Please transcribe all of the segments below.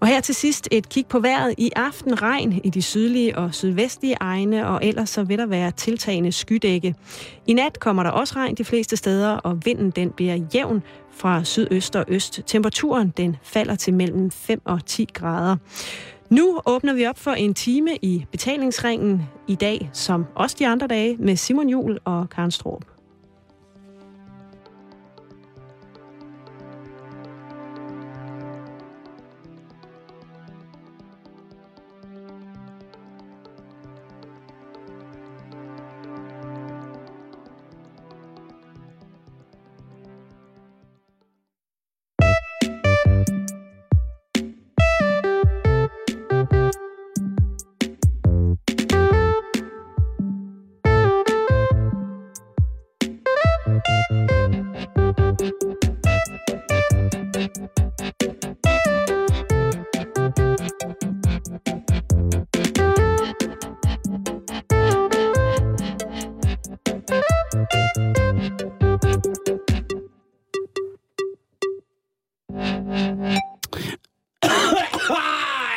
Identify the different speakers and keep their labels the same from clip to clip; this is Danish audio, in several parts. Speaker 1: Og her til sidst et kig på vejret. I aften regn i de sydlige og sydvestlige egne, og ellers så vil der være tiltagende skydække. I nat kommer der også regn de fleste steder, og vinden den bliver jævn fra sydøst og øst. Temperaturen den falder til mellem 5 og 10 grader. Nu åbner vi op for en time i betalingsringen i dag, som også de andre dage, med Simon Jul og Karen Straub.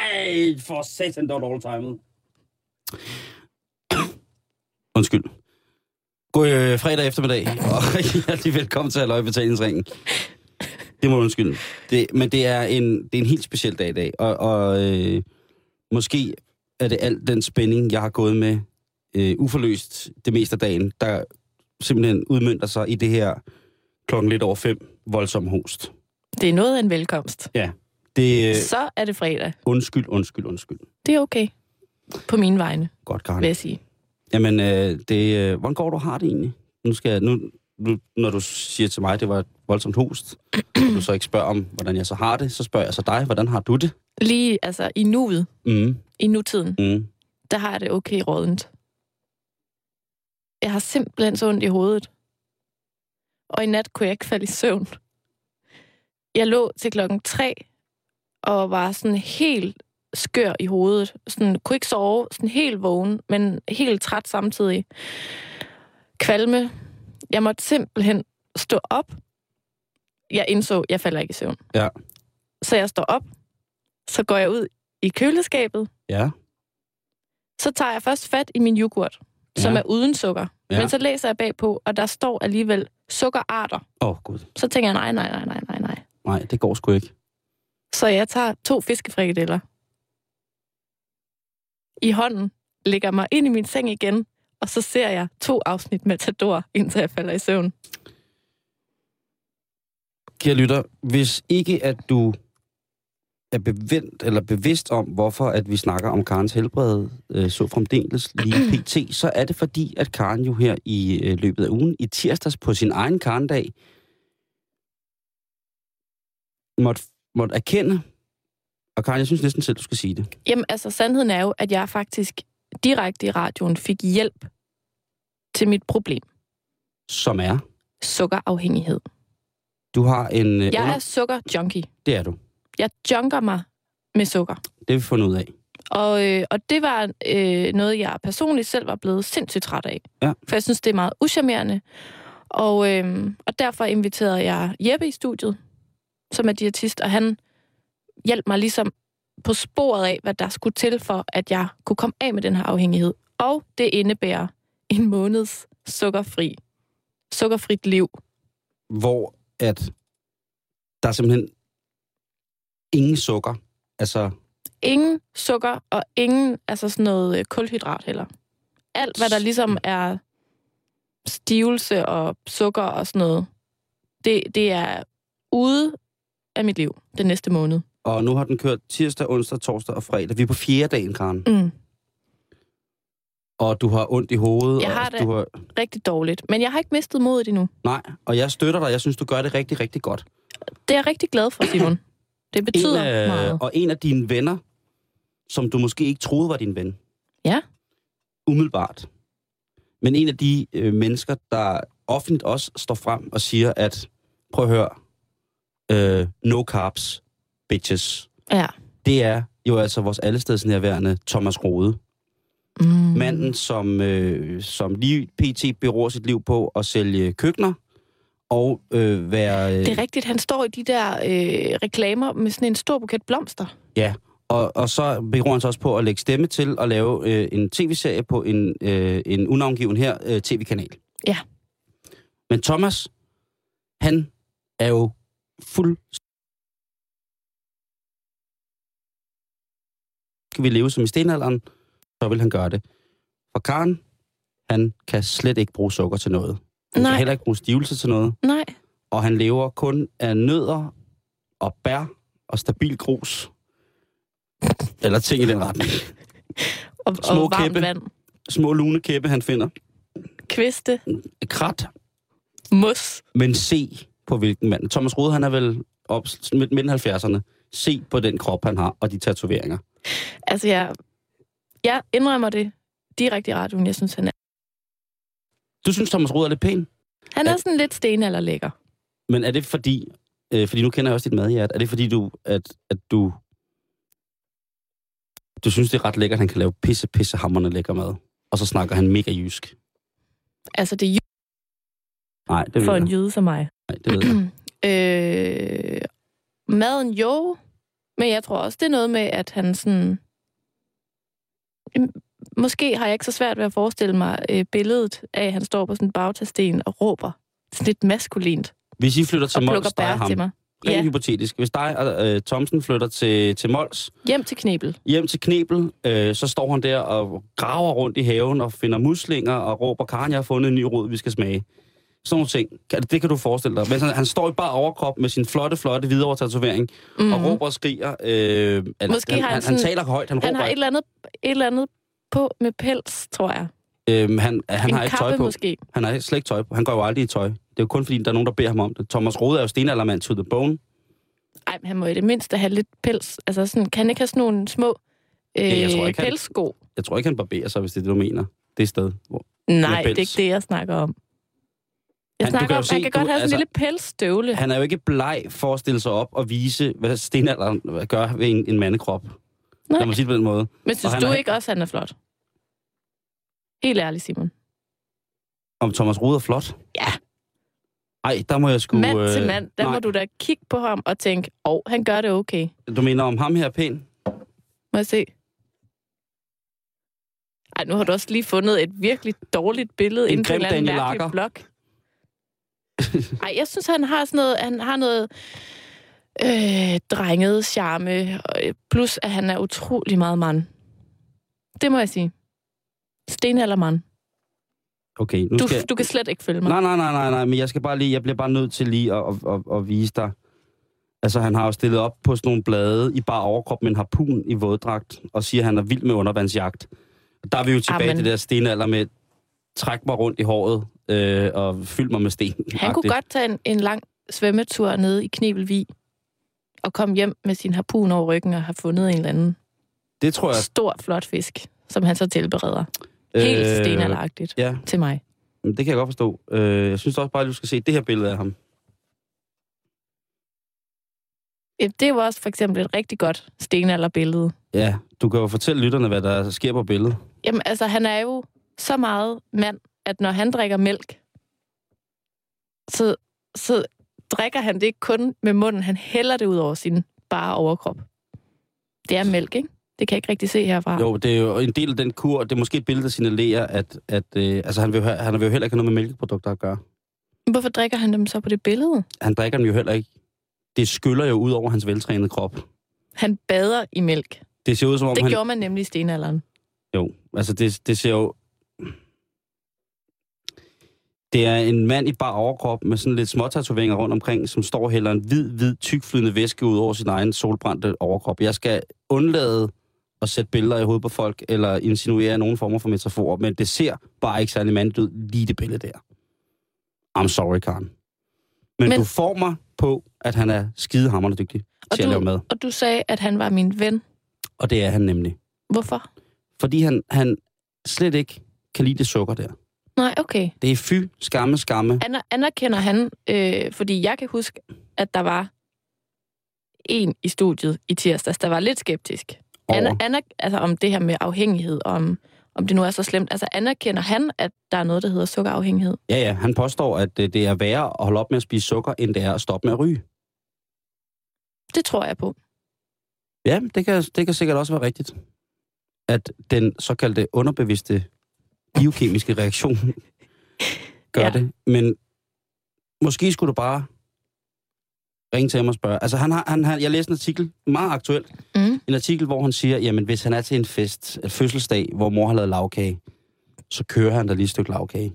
Speaker 2: Ej, for satan, dog all time.
Speaker 3: Undskyld. God øh, fredag eftermiddag, og hjertelig velkommen til Halløj Betalingsringen. Det må du undskylde. Det, men det er, en, det er en helt speciel dag i dag, og, og øh, måske er det alt den spænding, jeg har gået med øh, uforløst det meste af dagen, der simpelthen udmyndter sig i det her klokken lidt over fem voldsom host.
Speaker 4: Det er noget af en velkomst.
Speaker 3: Det øh,
Speaker 4: Så er det fredag.
Speaker 3: undskyld, undskyld, undskyld.
Speaker 4: Det er okay. På mine vegne,
Speaker 3: Godt, Karen.
Speaker 4: vil jeg sige.
Speaker 3: Jamen, øh, det, øh, hvordan går du har det egentlig? Nu skal jeg, nu, nu, når du siger til mig, at det var et voldsomt host, og du så ikke spørger om, hvordan jeg så har det, så spørger jeg så dig, hvordan har du det?
Speaker 4: Lige altså i nuet,
Speaker 3: Mm,
Speaker 4: i nutiden,
Speaker 3: mm.
Speaker 4: der har jeg det okay rådent. Jeg har simpelthen så ondt i hovedet. Og i nat kunne jeg ikke falde i søvn. Jeg lå til klokken tre, og var sådan helt skør i hovedet. Sådan, kunne ikke sove, sådan helt vågen, men helt træt samtidig. Kvalme. Jeg måtte simpelthen stå op. Jeg indså, jeg falder ikke i søvn.
Speaker 3: Ja.
Speaker 4: Så jeg står op. Så går jeg ud i køleskabet,
Speaker 3: Ja,
Speaker 4: så tager jeg først fat i min yoghurt, som
Speaker 3: Ja.
Speaker 4: er uden sukker.
Speaker 3: Ja.
Speaker 4: Ja. Men så læser jeg bagpå, og der står alligevel sukkerarter.
Speaker 3: åh oh, gud.
Speaker 4: Så tænker jeg, nej, nej, nej, nej, nej, nej.
Speaker 3: Nej, det går sgu ikke.
Speaker 4: Så jeg tager to fiskefrikadeller. I hånden lægger mig ind i min seng igen, og så ser jeg to afsnit Matador, indtil jeg falder i søvn.
Speaker 3: Kære lytter, hvis ikke at du er bevendt eller bevidst om, hvorfor at vi snakker om Karens helbred, øh, så fremdeles lige pt., så er det fordi, at Karen jo her i øh, løbet af ugen, i tirsdags på sin egen Karendag, måtte, måtte erkende, og Karen, jeg synes næsten selv, du skal sige det.
Speaker 4: Jamen altså, sandheden er jo, at jeg faktisk direkte i radioen fik hjælp til mit problem.
Speaker 3: Som er,
Speaker 4: Sukkerafhængighed.
Speaker 3: du har en... Øh,
Speaker 4: Jeg er sukkerjunkie.
Speaker 3: Det er du.
Speaker 4: Jeg junker mig med sukker.
Speaker 3: Det har vi fundet ud af.
Speaker 4: Og, øh, og det var øh, noget, jeg personligt selv var blevet sindssygt træt af.
Speaker 3: Ja.
Speaker 4: For jeg synes, det er meget uschammerende. Og, øh, og derfor inviterede jeg Jeppe i studiet, som er diætist, og han hjalp mig ligesom på sporet af, hvad der skulle til for, at jeg kunne komme af med den her afhængighed. Og det indebærer en måneds sukkerfri, sukkerfrit liv.
Speaker 3: hvor at der er simpelthen ingen sukker. Altså,
Speaker 4: Ingen sukker og ingen altså sådan noget øh, kulhydrat heller. Alt, hvad der ligesom er stivelse og sukker og sådan noget, det, det er ude af mit liv den næste måned.
Speaker 3: og nu har den kørt tirsdag, onsdag, torsdag og fredag. Vi er på fjerde dagen, Karen.
Speaker 4: Mm.
Speaker 3: Og du har ondt i hovedet.
Speaker 4: Jeg
Speaker 3: og
Speaker 4: har det.
Speaker 3: Du har...
Speaker 4: Rigtig dårligt. Men jeg har ikke mistet modet endnu.
Speaker 3: Nej, og jeg støtter dig. Jeg synes, du gør det rigtig, rigtig godt.
Speaker 4: Det er jeg rigtig glad for, Simon. Det betyder
Speaker 3: en,
Speaker 4: meget.
Speaker 3: Og en af dine venner, som du måske ikke troede var din ven.
Speaker 4: Ja.
Speaker 3: Umiddelbart. Men en af de øh, mennesker, der offentligt også står frem og siger, at prøv at høre, øh, no carbs, bitches.
Speaker 4: Ja.
Speaker 3: Det er jo altså vores allestedsnærværende Thomas Rode.
Speaker 4: Mm.
Speaker 3: øh, Manden, som, øh, som lige pt. beror sit liv på at sælge køkkener, og øh, være... Øh,
Speaker 4: Det er rigtigt, han står i de der øh, reklamer med sådan en stor buket blomster.
Speaker 3: og, og så beror han sig også på at lægge stemme til at lave øh, en tv-serie på en, øh, en unavngiven her øh, tv-kanal.
Speaker 4: Ja.
Speaker 3: Men Thomas, han er jo fuld... Skal vi leve som i stenalderen, så vil han gøre det. For Karen, han kan slet ikke bruge sukker til noget. Han kan
Speaker 4: Nej.
Speaker 3: heller ikke bruge stivelse til noget.
Speaker 4: Nej,
Speaker 3: og han lever kun af nødder og bær og stabil grus. Eller ting i den retning.
Speaker 4: og, og
Speaker 3: Små
Speaker 4: varmt
Speaker 3: kæppe.
Speaker 4: vand.
Speaker 3: Små lune kæppe, han finder.
Speaker 4: Kviste,
Speaker 3: Krat,
Speaker 4: mos.
Speaker 3: men se på hvilken mand. Thomas Rode, han er vel op midt midt 70'erne. Se på den krop, han har, og de tatoveringer.
Speaker 4: Altså, jeg, jeg indrømmer det direkte i radioen, jeg synes, han er.
Speaker 3: Du synes, Thomas Rode er lidt pæn,
Speaker 4: Han er
Speaker 3: Ja.
Speaker 4: sådan lidt stenalderlækker.
Speaker 3: men er det fordi... Øh, fordi nu kender jeg også dit madhjert. Er det fordi, du, at, at du... Du synes, det er ret lækkert, at han kan lave pisse, pisse hammerne lækker mad. Og så snakker han mega jysk.
Speaker 4: Altså, det er jyde
Speaker 3: Nej, det ved
Speaker 4: for
Speaker 3: jeg.
Speaker 4: en jøde som mig.
Speaker 3: Nej, det ved jeg.
Speaker 4: øh, maden jo, men jeg tror også, det er noget med, at han sådan... Jamen, Måske har jeg ikke så svært ved at forestille mig øh, billedet af, at han står på sådan en bagtasten og råber sådan lidt maskulint
Speaker 3: Hvis I flytter
Speaker 4: og
Speaker 3: til
Speaker 4: plukker
Speaker 3: Mols, der er
Speaker 4: bær
Speaker 3: ham.
Speaker 4: til mig.
Speaker 3: Rent
Speaker 4: Ja.
Speaker 3: hypotetisk. Hvis dig og øh, Thomsen flytter til, til Mols,
Speaker 4: Hjem til Knebel.
Speaker 3: hjem til Knebel, øh, så står han der og graver rundt i haven og finder muslinger og råber, Karen, jeg har fundet en ny rod, vi skal smage. Sådan nogle ting. Kan- Det kan du forestille dig. Men han, han står i bare overkrop med sin flotte, flotte hvidovre tatovering mm. og råber og skriger. Øh, eller,
Speaker 4: Mhm. Måske
Speaker 3: han,
Speaker 4: har han
Speaker 3: han, han,
Speaker 4: sådan-
Speaker 3: taler højt, han,
Speaker 4: Han
Speaker 3: råber.
Speaker 4: har et
Speaker 3: ikke.
Speaker 4: eller, andet, et eller andet på med pels, tror jeg.
Speaker 3: Øhm, han, han
Speaker 4: en
Speaker 3: har ikke
Speaker 4: kappe
Speaker 3: tøj på.
Speaker 4: måske.
Speaker 3: Han har slet ikke tøj på. Han går jo aldrig i tøj. Det er jo kun fordi, der er nogen, der beder ham om det. Thomas Rode er jo stenaldermand to the bone.
Speaker 4: Ej, men han må i det mindste have lidt pels. Altså sådan, kan han ikke have sådan nogle små øh,
Speaker 3: jeg tror
Speaker 4: ja,
Speaker 3: ikke, han-
Speaker 4: pelssko?
Speaker 3: Jeg tror ikke, han barberer sig, hvis det er det, du mener. Det er sted, hvor
Speaker 4: Nej,
Speaker 3: pels.
Speaker 4: det er ikke det, jeg snakker om. Jeg
Speaker 3: Han- du
Speaker 4: snakker
Speaker 3: kan jo
Speaker 4: om, han
Speaker 3: se,
Speaker 4: kan godt
Speaker 3: du-
Speaker 4: have sådan en
Speaker 3: altså-
Speaker 4: lille pelsstøvle.
Speaker 3: han er jo ikke bleg for at stille sig op og vise, hvad stenalderen gør ved en, en mandekrop. Nej. Lad mig sige det på den måde.
Speaker 4: Men synes
Speaker 3: og han
Speaker 4: du
Speaker 3: er-
Speaker 4: ikke også, han er flot? Helt ærligt, Simon.
Speaker 3: Om Thomas Rode er flot?
Speaker 4: Ja.
Speaker 3: Ej, der må jeg sgu...
Speaker 4: Mand til mand, der
Speaker 3: øh, nej.
Speaker 4: må du da kigge på ham og tænke, åh, oh, han gør det okay.
Speaker 3: Du mener, om ham her er pæn?
Speaker 4: Må jeg se? Ej, nu har du også lige fundet et virkelig dårligt billede
Speaker 3: En
Speaker 4: inde på en
Speaker 3: grim
Speaker 4: eller anden
Speaker 3: Daniel
Speaker 4: mærkelig
Speaker 3: Lager.
Speaker 4: blog. Ej, jeg synes, han har sådan noget, han har noget øh, drenget charme, og, øh, plus at han er utrolig meget mand. Det må jeg sige. Stenaldermand.
Speaker 3: Okay, nu
Speaker 4: Du,
Speaker 3: skal...
Speaker 4: du kan slet ikke følge mig.
Speaker 3: Nej, nej, nej, nej, nej, men jeg skal bare lige... Jeg bliver bare nødt til lige at, at, at, at vise dig... Altså, han har jo stillet op på sådan nogle blade i bare overkrop med en harpun i våddragt, og siger, at han er vild med undervandsjagt. Og der er vi jo tilbage
Speaker 4: Amen.
Speaker 3: i det der stenalder med, træk mig rundt i håret øh, og fyld mig med sten.
Speaker 4: Han kunne godt tage en, en lang svømmetur nede i Knebelvig og komme hjem med sin harpun over ryggen og have fundet en eller anden
Speaker 3: Det tror jeg
Speaker 4: stor, flot fisk, som han så tilbereder. Helt øh, stenalderagtigt
Speaker 3: Ja,
Speaker 4: til mig.
Speaker 3: men det kan jeg godt forstå. Øh, jeg synes også bare, at du skal se det her billede af ham.
Speaker 4: Ja, det var også for eksempel et rigtig godt stenalderbillede.
Speaker 3: Ja, du kan jo fortælle lytterne, hvad der sker på billedet.
Speaker 4: Jamen, altså, han er jo så meget mand, at når han drikker mælk, så, så drikker han det ikke kun med munden. Han hælder det ud over sin bare overkrop. Det er mælk, ikke? Det kan jeg ikke rigtig se herfra.
Speaker 3: Jo, det er jo en del af den kur. Det er måske et billede, der signalerer, at, at øh, altså, han, vil, jo have- han vil jo heller ikke have noget med mælkeprodukter at gøre.
Speaker 4: Hvorfor drikker han dem så på det billede?
Speaker 3: Han drikker dem jo heller ikke. Det skyller jo ud over hans veltrænede krop.
Speaker 4: Han bader i mælk.
Speaker 3: Det ser ud som om,
Speaker 4: Det
Speaker 3: han...
Speaker 4: gjorde man nemlig i stenalderen.
Speaker 3: Jo, altså det, det ser jo... Det er en mand i bar overkrop med sådan lidt småtatoveringer rundt omkring, som står og hælder en hvid, hvid, tykflydende væske ud over sin egen solbrændte overkrop. Jeg skal undlade at sætte billeder i hovedet på folk, eller insinuere nogen former for metaforer, men det ser bare ikke særlig mandigt ud, lige det billede der. I'm sorry, Karen. Men,
Speaker 4: Men-
Speaker 3: men... du får mig på, at han er skidehammerende dygtig
Speaker 4: Og
Speaker 3: til at
Speaker 4: du-
Speaker 3: lave mad.
Speaker 4: Og du sagde, at han var min ven.
Speaker 3: Og det er han nemlig.
Speaker 4: Hvorfor?
Speaker 3: Fordi han, han slet ikke kan lide det sukker der.
Speaker 4: Nej, okay.
Speaker 3: Det er fy, skamme, skamme.
Speaker 4: Aner, anerkender han, øh, fordi jeg kan huske, at der var en i studiet i tirsdags, der var lidt skeptisk.
Speaker 3: Over.
Speaker 4: Aner, aner, altså om det her med afhængighed, og om, om det nu er så slemt. Altså anerkender han, at der er noget, der hedder sukkerafhængighed?
Speaker 3: Ja, ja, han påstår, at øh, det er værre at holde op med at spise sukker, end det er at stoppe med at ryge.
Speaker 4: Det tror jeg på.
Speaker 3: Ja, det kan, det kan sikkert også være rigtigt. At den såkaldte underbevidste biokemiske reaktion gør
Speaker 4: Ja.
Speaker 3: ja. det. Men måske skulle du bare ringe til ham og spørge. Altså, han har, han har, jeg læste en artikel, meget aktuel,
Speaker 4: Mm.
Speaker 3: en artikel, hvor han siger, jamen hvis han er til en fest, en fødselsdag, hvor mor har lavet lavkage, så kører han der lige et stykke lavkage.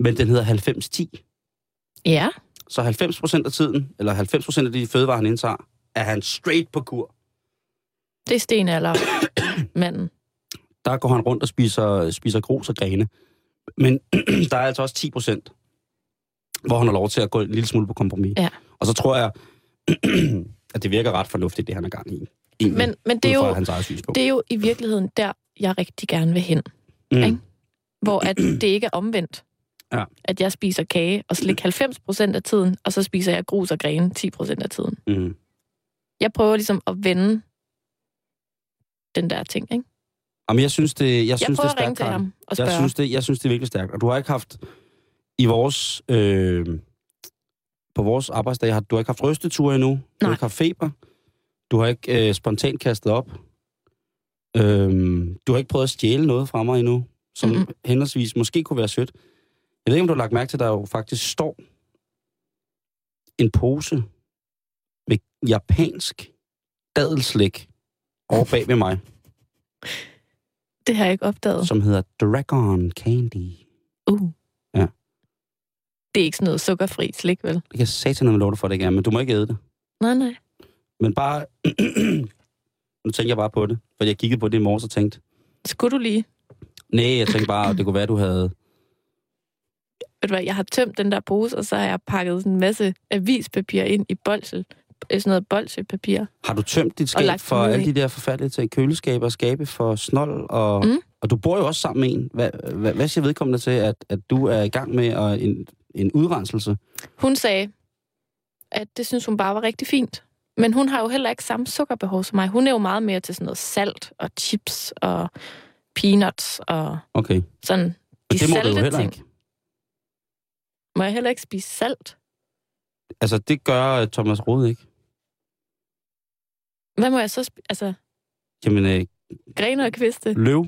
Speaker 3: Men den hedder 90-10.
Speaker 4: Ja.
Speaker 3: Så 90 procent af tiden, eller 90 procent af de fødevarer, han indtager, er han straight på kur.
Speaker 4: Det er stenalder manden.
Speaker 3: Der går han rundt og spiser, spiser grus og grene. Men der er altså også 10 procent, hvor han har lov til at gå en lille smule på kompromis.
Speaker 4: Ja.
Speaker 3: Og så tror jeg, at det virker ret fornuftigt, det han er gang i. Egentlig,
Speaker 4: Men, men det, er
Speaker 3: ud fra
Speaker 4: jo,
Speaker 3: hans eget synspunkt.
Speaker 4: det er jo i virkeligheden der, jeg rigtig gerne vil hen. ikke? Hvor at det ikke er omvendt.
Speaker 3: Ja.
Speaker 4: At jeg spiser kage og slik 90% af tiden, og så spiser jeg grus og grene 10% af tiden.
Speaker 3: Mm, mm.
Speaker 4: Jeg prøver ligesom at vende den der ting, ikke?
Speaker 3: Jamen, jeg synes, det, jeg
Speaker 4: Jeg
Speaker 3: synes, det
Speaker 4: prøver
Speaker 3: er
Speaker 4: at
Speaker 3: stærkt,
Speaker 4: ringe til
Speaker 3: Karen.
Speaker 4: ham og spørge.
Speaker 3: Jeg synes, det, jeg synes, det er virkelig stærkt. Og du har ikke haft i vores... Øh, på vores arbejdsdag, har, du har ikke haft rysteture endnu. Nej. Du
Speaker 4: Nej.
Speaker 3: har ikke haft feber. Du har ikke øh, spontant kastet op. Øhm, du har ikke prøvet at stjæle noget fra mig endnu, som
Speaker 4: Mhm.
Speaker 3: mm-hmm. henholdsvis måske kunne være sødt. Jeg ved ikke, om du har lagt mærke til, at der jo faktisk står en pose med japansk dadelslik over bag ved mig,
Speaker 4: det har jeg ikke opdaget.
Speaker 3: som hedder Dragon Candy.
Speaker 4: Uh.
Speaker 3: Ja.
Speaker 4: Det er ikke sådan noget sukkerfri slik, vel?
Speaker 3: Det kan jeg satan love dig for, det ikke er, men du må ikke æde det.
Speaker 4: Nej, nej.
Speaker 3: Men bare... nu tænker jeg bare på det, for jeg kiggede på det i morges og tænkte,
Speaker 4: Skulle du lige?
Speaker 3: nej, jeg tænkte bare, det kunne være, du havde...
Speaker 4: Ved du hvad, jeg har tømt den der pose, og så har jeg pakket sådan en masse avispapir ind i bolsel. øh, Sådan noget bolsepapir.
Speaker 3: Har du tømt dit skab
Speaker 4: lagt
Speaker 3: for
Speaker 4: dem ned
Speaker 3: alle
Speaker 4: i.
Speaker 3: de der forfærdelige ting? Køleskaber og skabe for snold, og,
Speaker 4: Mm.
Speaker 3: mm. og du bor jo også sammen med en. Hvad, hvad, hvad siger vedkommende til, at, at du er i gang med at, en, en udrenselse?
Speaker 4: Hun sagde, at det synes hun bare var rigtig fint. Men hun har jo heller ikke samme sukkerbehov som mig. Hun er jo meget mere til sådan noget salt og chips og peanuts og
Speaker 3: Okay.
Speaker 4: sådan de
Speaker 3: Men det må
Speaker 4: salte
Speaker 3: du jo heller
Speaker 4: ting.
Speaker 3: ikke.
Speaker 4: Må jeg heller ikke spise salt?
Speaker 3: Altså, det gør øh, Thomas Rode ikke.
Speaker 4: Hvad må jeg så spise? Altså,
Speaker 3: Jamen, øh,
Speaker 4: grene og kviste,
Speaker 3: løv.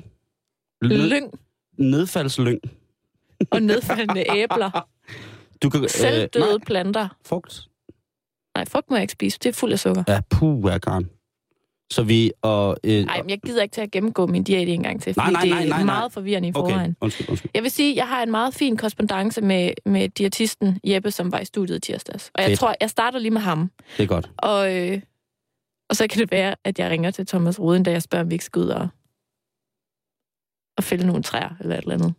Speaker 3: Lø-
Speaker 4: lyng
Speaker 3: nedfaldslyng.
Speaker 4: og nedfaldende æbler,
Speaker 3: Du kan... øh,
Speaker 4: selvdøde
Speaker 3: nej,
Speaker 4: planter.
Speaker 3: frugt.
Speaker 4: Nej, frugt må jeg ikke spise. Det er fuld af sukker.
Speaker 3: Ja, puh, ja, Karen. Så vi og... Øh,
Speaker 4: Nej, men jeg gider ikke til at gennemgå min diæt en gang til,
Speaker 3: Nej,
Speaker 4: fordi
Speaker 3: nej, nej,
Speaker 4: det er
Speaker 3: nej, nej.
Speaker 4: meget forvirrende i forvejen.
Speaker 3: Okay, undskyld, undskyld.
Speaker 4: Jeg vil sige, at jeg har en meget fin korrespondence med, med diætisten Jeppe, som var i studiet i tirsdags. Og jeg
Speaker 3: Fedt.
Speaker 4: tror, jeg starter lige med ham.
Speaker 3: Det er godt.
Speaker 4: Og, øh, og så kan det være, at jeg ringer til Thomas Ruden, da jeg spørger, om vi ikke skal ud og, og fælde nogle træer eller et eller andet.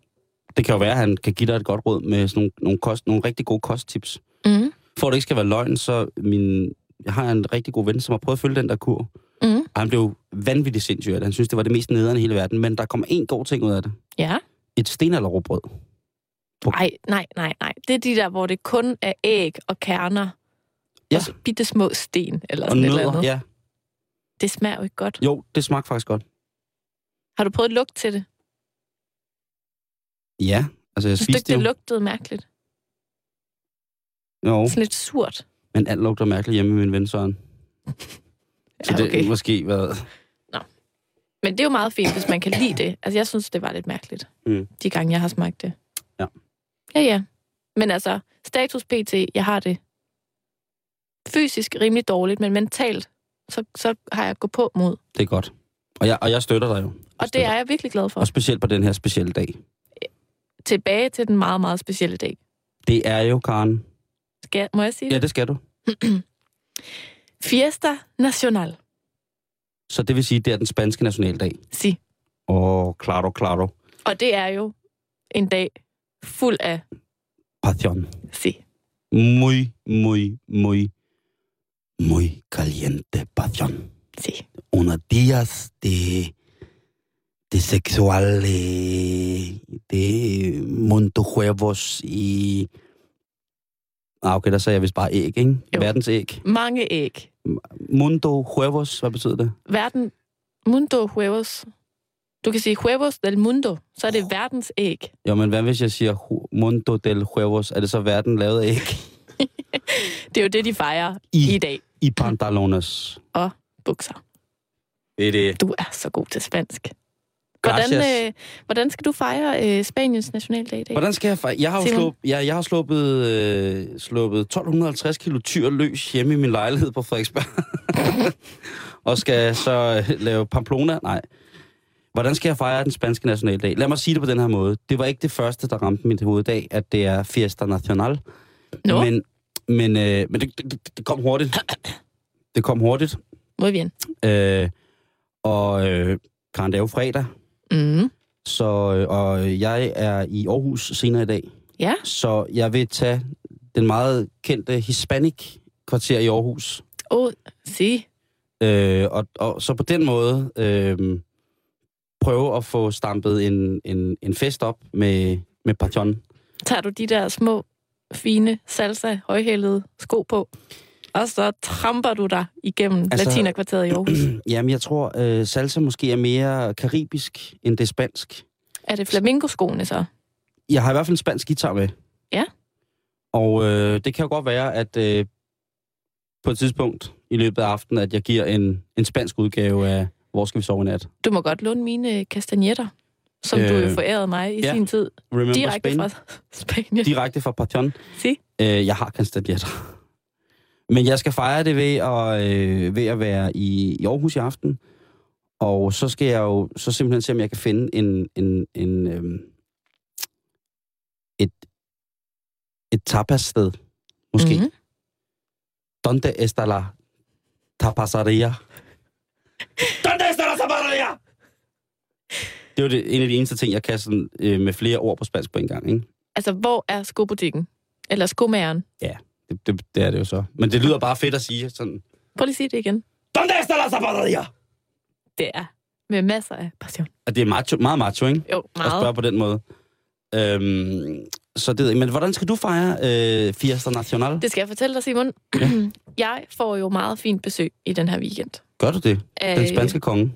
Speaker 3: Det kan jo være, at han kan give dig et godt råd med sådan nogle, nogle, kost, nogle rigtig gode kosttips.
Speaker 4: Mm.
Speaker 3: For at det ikke skal være løgn, så min, jeg har en rigtig god ven, som har prøvet at følge den der kur.
Speaker 4: Mm.
Speaker 3: Og han blev vanvittigt sindssyg af det. Han synes, det var det mest nederen i hele verden. Men der kom en god ting ud af det.
Speaker 4: Ja.
Speaker 3: Et stenalderrobrød.
Speaker 4: Nej, nej, nej, nej. Det er de der, hvor det kun er æg og kerner
Speaker 3: Ja.
Speaker 4: og bitte små sten eller
Speaker 3: Og
Speaker 4: sådan et eller
Speaker 3: nødder.
Speaker 4: andet.
Speaker 3: Ja.
Speaker 4: Det smager jo ikke godt.
Speaker 3: Jo, det smagte faktisk godt.
Speaker 4: Har du prøvet at lugte til det?
Speaker 3: Ja, altså jeg
Speaker 4: Jeg synes du
Speaker 3: spiste
Speaker 4: ikke, det
Speaker 3: det jo.
Speaker 4: lugtede mærkeligt?
Speaker 3: Jo,
Speaker 4: Sådan lidt surt.
Speaker 3: men alt lugter mærkeligt hjemme med min ven Søren. Så
Speaker 4: Ja,
Speaker 3: det
Speaker 4: okay.
Speaker 3: er måske været...
Speaker 4: Men det er jo meget fint, hvis man kan lide det. Altså, jeg synes, det var lidt mærkeligt,
Speaker 3: Mm.
Speaker 4: de gange, jeg har smagt det.
Speaker 3: Ja.
Speaker 4: Ja, ja. Men altså, status pt, jeg har det fysisk rimelig dårligt, men mentalt, så, så har jeg gået på mod.
Speaker 3: Det er godt. Og jeg, og jeg støtter dig jo. Jeg
Speaker 4: Og det
Speaker 3: støtter.
Speaker 4: er jeg virkelig glad for.
Speaker 3: Og specielt på den her specielle dag.
Speaker 4: Tilbage til den meget, meget specielle dag.
Speaker 3: Det er jo, Karen.
Speaker 4: Skal, jeg- må jeg sige
Speaker 3: Ja,
Speaker 4: det?
Speaker 3: det skal du.
Speaker 4: Fiesta Nacional.
Speaker 3: Så det vil sige, det er den spanske nationaldag.
Speaker 4: Si.
Speaker 3: Åh, oh, claro, claro.
Speaker 4: Og det er jo en dag fuld af
Speaker 3: Pasión.
Speaker 4: si.
Speaker 3: Muy, muy, muy, muy caliente pasión.
Speaker 4: si.
Speaker 3: Unos días de, de sexual, eh, de, monto huevos i... Ah, okay, der sagde jeg vist bare æg, ikke?
Speaker 4: Jo.
Speaker 3: Jo. Verdens æg.
Speaker 4: Mange æg.
Speaker 3: Mundo huevos, hvad betyder det?
Speaker 4: Verden, mundo huevos, Du kan sige huevos del mundo, så er det verdens æg.
Speaker 3: Jo, men hvad hvis jeg siger hu- mundo del huevos? Er det så verden lavet af æg?
Speaker 4: Det er jo det, de fejrer
Speaker 3: I-
Speaker 4: i, i dag.
Speaker 3: I pantalones.
Speaker 4: Og bukser.
Speaker 3: Det er det.
Speaker 4: Du er så god til spansk. Hvordan, øh, hvordan skal du fejre øh, Spaniens nationaldag i dag?
Speaker 3: Hvordan skal jeg fejre? Jeg har jo
Speaker 4: Simon?
Speaker 3: sluppet, jeg, jeg har sluppet, øh, sluppet 1250 kilo tyr løs hjemme i min lejlighed på Frederiksberg. og skal så øh, lave Pamplona. Nej. Hvordan skal jeg fejre den spanske nationaldag? Lad mig sige det på den her måde. Det var ikke det første, der ramte mit hoved i dag, at det er Fiesta Nacional.
Speaker 4: Nå,
Speaker 3: Men, men, øh, men det, det, det kom hurtigt. Det kom hurtigt.
Speaker 4: må vi igen.
Speaker 3: Øh, og øh, Karen, det er jo fredag,
Speaker 4: Mm.
Speaker 3: så, øh, og jeg er i Aarhus senere i dag.
Speaker 4: Ja.
Speaker 3: Så jeg vil tage den meget kendte Hispanic kvarter i Aarhus.
Speaker 4: Oh, si.
Speaker 3: Øh, og, og så på den måde øh, prøve at få stampet en, en, en fest op med, med Parton.
Speaker 4: Tager du de der små, fine, salsa, højhælede sko på, og så tramper du dig igennem
Speaker 3: Altså-
Speaker 4: altså... latinakvarteret i Aarhus.
Speaker 3: Jamen, jeg tror, øh, salsa måske er mere karibisk, end det er spansk.
Speaker 4: er det flamingoskoene så?
Speaker 3: Jeg har i hvert fald en spansk guitar med.
Speaker 4: Ja.
Speaker 3: Og øh, det kan jo godt være, at øh, på et tidspunkt i løbet af aftenen, at jeg giver en, en spansk udgave af Hvor skal vi sove i nat?
Speaker 4: Du må godt låne mine øh, kastanjetter, som øh, du
Speaker 3: Øh,
Speaker 4: jo forærede mig i
Speaker 3: ja.
Speaker 4: ja. sin tid.
Speaker 3: Remember
Speaker 4: Direkte
Speaker 3: Spain?
Speaker 4: fra Spanien.
Speaker 3: Direkte fra Parton.
Speaker 4: Si.
Speaker 3: Øh, jeg har kandidater. Men jeg skal fejre det ved at, øh, ved at være i, i Aarhus i aften. Og så skal jeg jo så simpelthen se, om jeg kan finde en, en, en øhm, et, et tapas-sted. Måske. Mm-hmm.
Speaker 4: Mhm.
Speaker 3: Donde está la tapasaria?
Speaker 2: Donde está la zapateria?
Speaker 3: Det var det, en af de eneste ting, jeg kan sådan, øh, med flere ord på spansk på en gang. Ikke?
Speaker 4: Altså, hvor er skobutikken? Eller skomageren?
Speaker 3: Det, det, det er det jo så. Men det lyder bare fedt at sige. Sådan,
Speaker 4: Prøv lige at sige det igen.
Speaker 2: Donde está la zapateria?
Speaker 4: Det er med masser af passion.
Speaker 3: at det er macho, meget macho, ikke?
Speaker 4: Jo,
Speaker 3: at
Speaker 4: meget.
Speaker 3: spørge på den måde. Øhm, så det ved jeg. Men hvordan skal du fejre øh, Fiesta Nacional? Det...
Speaker 4: Det skal jeg fortælle dig, Simon. jeg får jo meget fint besøg i den her weekend.
Speaker 3: Gør du det?
Speaker 4: Af-
Speaker 3: Den spanske konge?